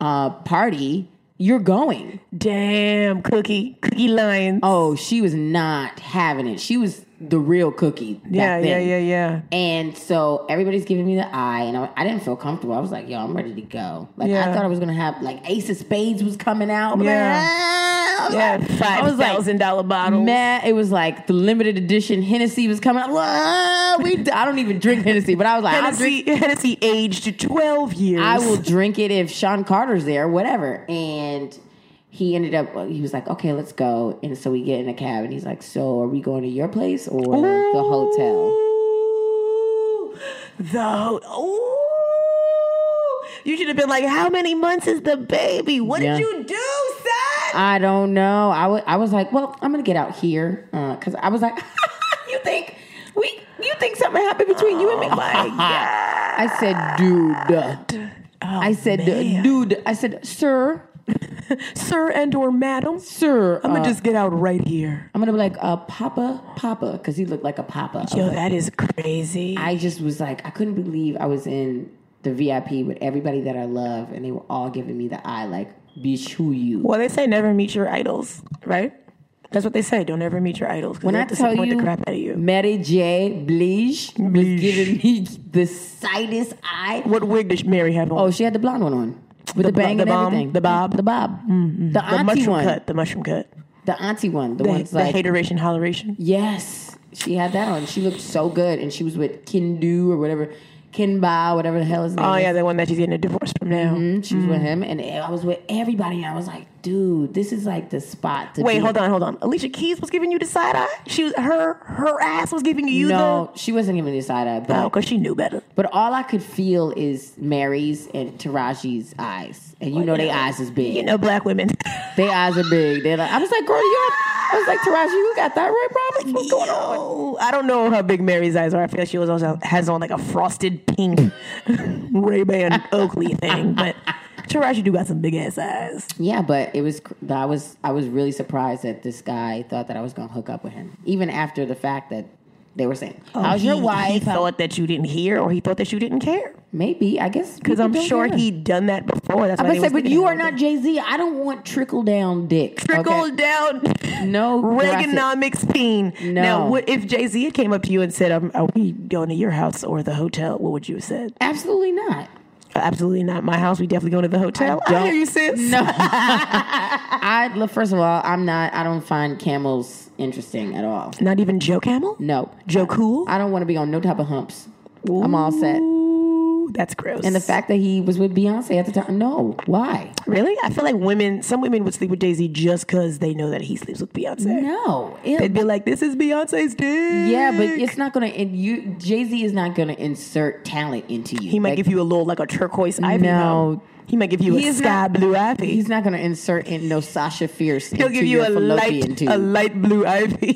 Speaker 1: uh, party, you're going.
Speaker 2: Damn, Cookie, Cookie Lions.
Speaker 1: Oh, she was not having it. She was the real cookie. Back
Speaker 2: yeah, yeah,
Speaker 1: then.
Speaker 2: yeah, yeah.
Speaker 1: And so everybody's giving me the eye, and I, I didn't feel comfortable. I was like, "Yo, I'm ready to go." Like I
Speaker 2: Yeah.
Speaker 1: thought I was gonna have like Ace of Spades was coming out. I'm
Speaker 2: Yeah.
Speaker 1: like, "Ah." I'm
Speaker 2: Yeah,
Speaker 1: like- I
Speaker 2: five
Speaker 1: was like,
Speaker 2: thousand dollar bottles.
Speaker 1: Mad. It was like the limited edition Hennessy was coming out. Ah, we, I don't even drink Hennessy, but I was like, I'll drink
Speaker 2: Hennessy, Hennessy aged twelve years.
Speaker 1: I will drink it if Sean Carter's there, whatever. And he ended up, he was like, okay, let's go. And so we get in a cab and he's like, so are we going to your place or the hotel?
Speaker 2: Ooh, The ho- ooh. You should have been like, how many months is the baby? What
Speaker 1: Yeah.
Speaker 2: did you do, son?
Speaker 1: I don't know. I wa- I was like, well, I'm going to get out here. Because I was like, you think we, you think something happened between you and me? Oh my God. I said, dude.
Speaker 2: Oh,
Speaker 1: I said, dude. I said, sir,
Speaker 2: Sir and or madam?
Speaker 1: sir.
Speaker 2: I'm
Speaker 1: uh,
Speaker 2: gonna just get out right here.
Speaker 1: I'm going to be like, uh, Papa, Papa. Because he looked like a Papa. I
Speaker 2: Yo, that is crazy.
Speaker 1: I just was like, I couldn't believe I was in the VIP with everybody that I love, and they were all giving me the eye, like, bitch, who you?
Speaker 2: well, they say never meet your idols, right? That's what they say. Don't ever meet your idols. 'cause
Speaker 1: When
Speaker 2: they
Speaker 1: I
Speaker 2: have to
Speaker 1: tell
Speaker 2: disappoint
Speaker 1: you,
Speaker 2: the crap out of you.
Speaker 1: Mary J. Blige was giving me the sightest eye.
Speaker 2: What wig does Mary have on?
Speaker 1: Oh, she had the blonde one on with the,
Speaker 2: blo-
Speaker 1: bang
Speaker 2: the
Speaker 1: and
Speaker 2: bomb,
Speaker 1: everything,
Speaker 2: the bob. Mm, mm-hmm.
Speaker 1: the bob, the
Speaker 2: the
Speaker 1: auntie
Speaker 2: mushroom
Speaker 1: one,
Speaker 2: cut. The mushroom cut.
Speaker 1: the auntie one, the,
Speaker 2: The,
Speaker 1: one's
Speaker 2: the
Speaker 1: like,
Speaker 2: hateration, holleration.
Speaker 1: yes, she had that on. She looked so good, and she was with Kindu or whatever, Kinba, whatever the hell his name.
Speaker 2: Oh
Speaker 1: is.
Speaker 2: yeah, the one that she's getting a divorce from now.
Speaker 1: She was with him,
Speaker 2: Mm-hmm.
Speaker 1: and I was with everybody. And I was like, dude, this is like the spot to be.
Speaker 2: Wait, hold on, hold on. Alicia Keys was giving you the side eye. She was her her ass was giving you
Speaker 1: No, she wasn't giving me the side eye,
Speaker 2: the
Speaker 1: but
Speaker 2: oh, cause she knew better.
Speaker 1: but all I could feel is Mary's and Taraji's eyes, and you know they eyes is big.
Speaker 2: You know, black women.
Speaker 1: they eyes are big. They're like, I was like, girl, you. Have, I was like, Taraji, you got thyroid problems? What's going on?
Speaker 2: Yo, I don't know how big Mary's eyes are. I feel she was also has on like a frosted pink Ray Ban Oakley thing, but Taraji do got some big ass eyes.
Speaker 1: Yeah, but it was. cr- I was. I was really surprised that this guy thought that I was gonna hook up with him, even after the fact that they were saying, "How's your
Speaker 2: Oh, He-
Speaker 1: wife?"
Speaker 2: He thought that you didn't hear, or he thought that you didn't care.
Speaker 1: Maybe I guess
Speaker 2: Because I'm sure he'd done that before. That's
Speaker 1: I'm
Speaker 2: why they
Speaker 1: gonna say,
Speaker 2: was
Speaker 1: but
Speaker 2: thinking
Speaker 1: you
Speaker 2: that
Speaker 1: are
Speaker 2: was
Speaker 1: not Jay Z. I don't want trickle down dick.
Speaker 2: trickle
Speaker 1: okay?
Speaker 2: down
Speaker 1: No
Speaker 2: Reaganomics fiend.
Speaker 1: No.
Speaker 2: Now, what if Jay Z had came up to you and said, um, "Are we going to your house or the hotel?" What would you have said?
Speaker 1: Absolutely not.
Speaker 2: Absolutely not my house. We definitely go to the hotel. I, hear you, sis.
Speaker 1: I look. First of all, I'm not. I don't find camels interesting at all.
Speaker 2: Not even Joe Camel?
Speaker 1: No,
Speaker 2: Joe Cool?
Speaker 1: I don't want to be on no type of humps. I'm all set.
Speaker 2: Ooh, that's gross.
Speaker 1: And the fact that he was with Beyonce at the time. No, why?
Speaker 2: Really? I feel like women, some women would sleep with Jay Z just because they know that he sleeps with Beyonce.
Speaker 1: No. Ew.
Speaker 2: They'd be like, this is Beyonce's dick.
Speaker 1: yeah, but it's not gonna. And you, Jay Z is not gonna insert talent into you.
Speaker 2: He might
Speaker 1: Like,
Speaker 2: give you a little, like a turquoise ivy.
Speaker 1: No.
Speaker 2: though. He might give you a
Speaker 1: He's
Speaker 2: sky
Speaker 1: not-
Speaker 2: blue ivy.
Speaker 1: He's not gonna insert in no Sasha Fierce.
Speaker 2: He'll
Speaker 1: into
Speaker 2: give you
Speaker 1: your
Speaker 2: a
Speaker 1: fallopian
Speaker 2: light,
Speaker 1: tube.
Speaker 2: a light blue ivy.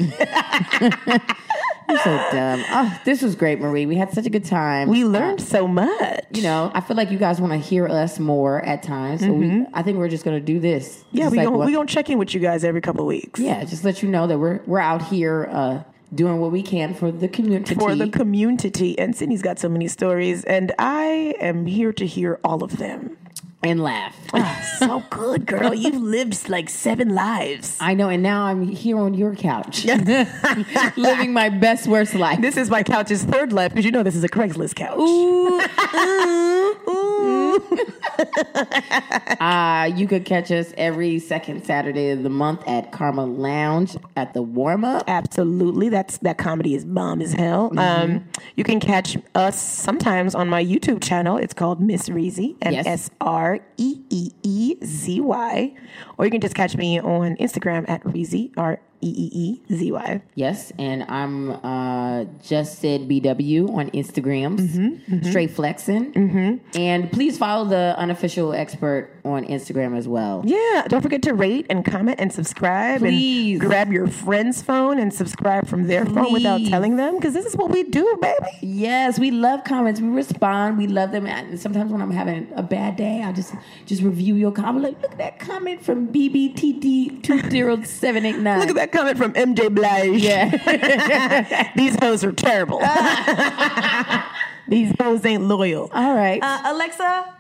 Speaker 1: You're so dumb. Oh, this was great, Marie. We had such a good time.
Speaker 2: we learned so much.
Speaker 1: you know, I feel like you guys want to hear us more at times. So we, I think we're just gonna do this.
Speaker 2: Mm-hmm. yeah,
Speaker 1: Just
Speaker 2: we
Speaker 1: like
Speaker 2: gonna
Speaker 1: what-
Speaker 2: we gonna check in with you guys every couple of weeks.
Speaker 1: yeah, just let you know that we're we're out here uh, doing what we can for the community.
Speaker 2: For the community, and Sydney's got so many stories, and I am here to hear all of them.
Speaker 1: and laugh.
Speaker 2: so good, girl. You've lived like seven lives.
Speaker 1: I know, and now I'm here on your couch, living my best worst life.
Speaker 2: This is my couch's third life because you know this is a Craigslist couch.
Speaker 1: Uh, you could catch us every second Saturday of the month at Karma Lounge at the warm up.
Speaker 2: Absolutely, that's that comedy is bomb as hell. Um, you can catch us sometimes on my YouTube channel. It's called Miss Reezy, and
Speaker 1: Yes.
Speaker 2: S R E E E Z Y, or you can just catch me on Instagram at Reezy R E E E Z Y.
Speaker 1: Yes, and I'm uh, just said BW on Instagrams, straight flexing, and please follow the unofficial expert on Instagram as well.
Speaker 2: Yeah, don't forget to rate and comment and subscribe.
Speaker 1: Please.
Speaker 2: And grab your friend's phone and subscribe from their phone without
Speaker 1: Please.
Speaker 2: telling them because this is what we do, baby.
Speaker 1: Yes, we love comments. We respond. We love them. And sometimes when I'm having a bad day, I just just review your comment. Like, look at that comment from BBTD two zero seven eight nine.
Speaker 2: Look at that comment from MJ Blige. Yeah. These hoes are terrible. These hoes ain't loyal.
Speaker 1: All right.
Speaker 2: Uh, Alexa,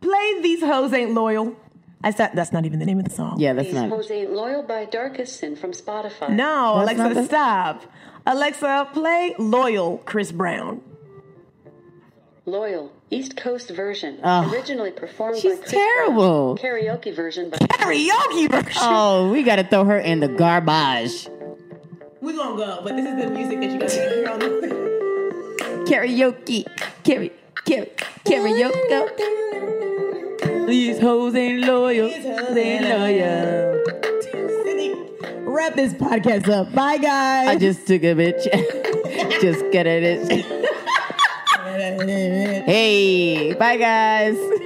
Speaker 2: play These Hoes Ain't Loyal. I said, that's not even the name of the song.
Speaker 1: yeah, that's
Speaker 4: These
Speaker 1: not.
Speaker 4: hoes ain't loyal by Darkison from Spotify.
Speaker 2: No,
Speaker 1: That's not
Speaker 2: Alexa,
Speaker 1: the-
Speaker 2: stop. Alexa, play Loyal Chris Brown.
Speaker 4: Loyal, East Coast version. Originally performed
Speaker 1: Ah. She's
Speaker 4: by Chris
Speaker 1: terrible.
Speaker 4: Brown. Karaoke version by
Speaker 2: Karaoke version.
Speaker 1: Oh, we gotta throw her in the garbage.
Speaker 2: We're gonna go, but this is the music that you guys hear on the.
Speaker 1: Karaoke, carry, carry, karaoke. These hoes ain't loyal.
Speaker 2: Wrap this podcast up. Bye, guys.
Speaker 1: I just took a bitch. just get at it. hey, bye guys.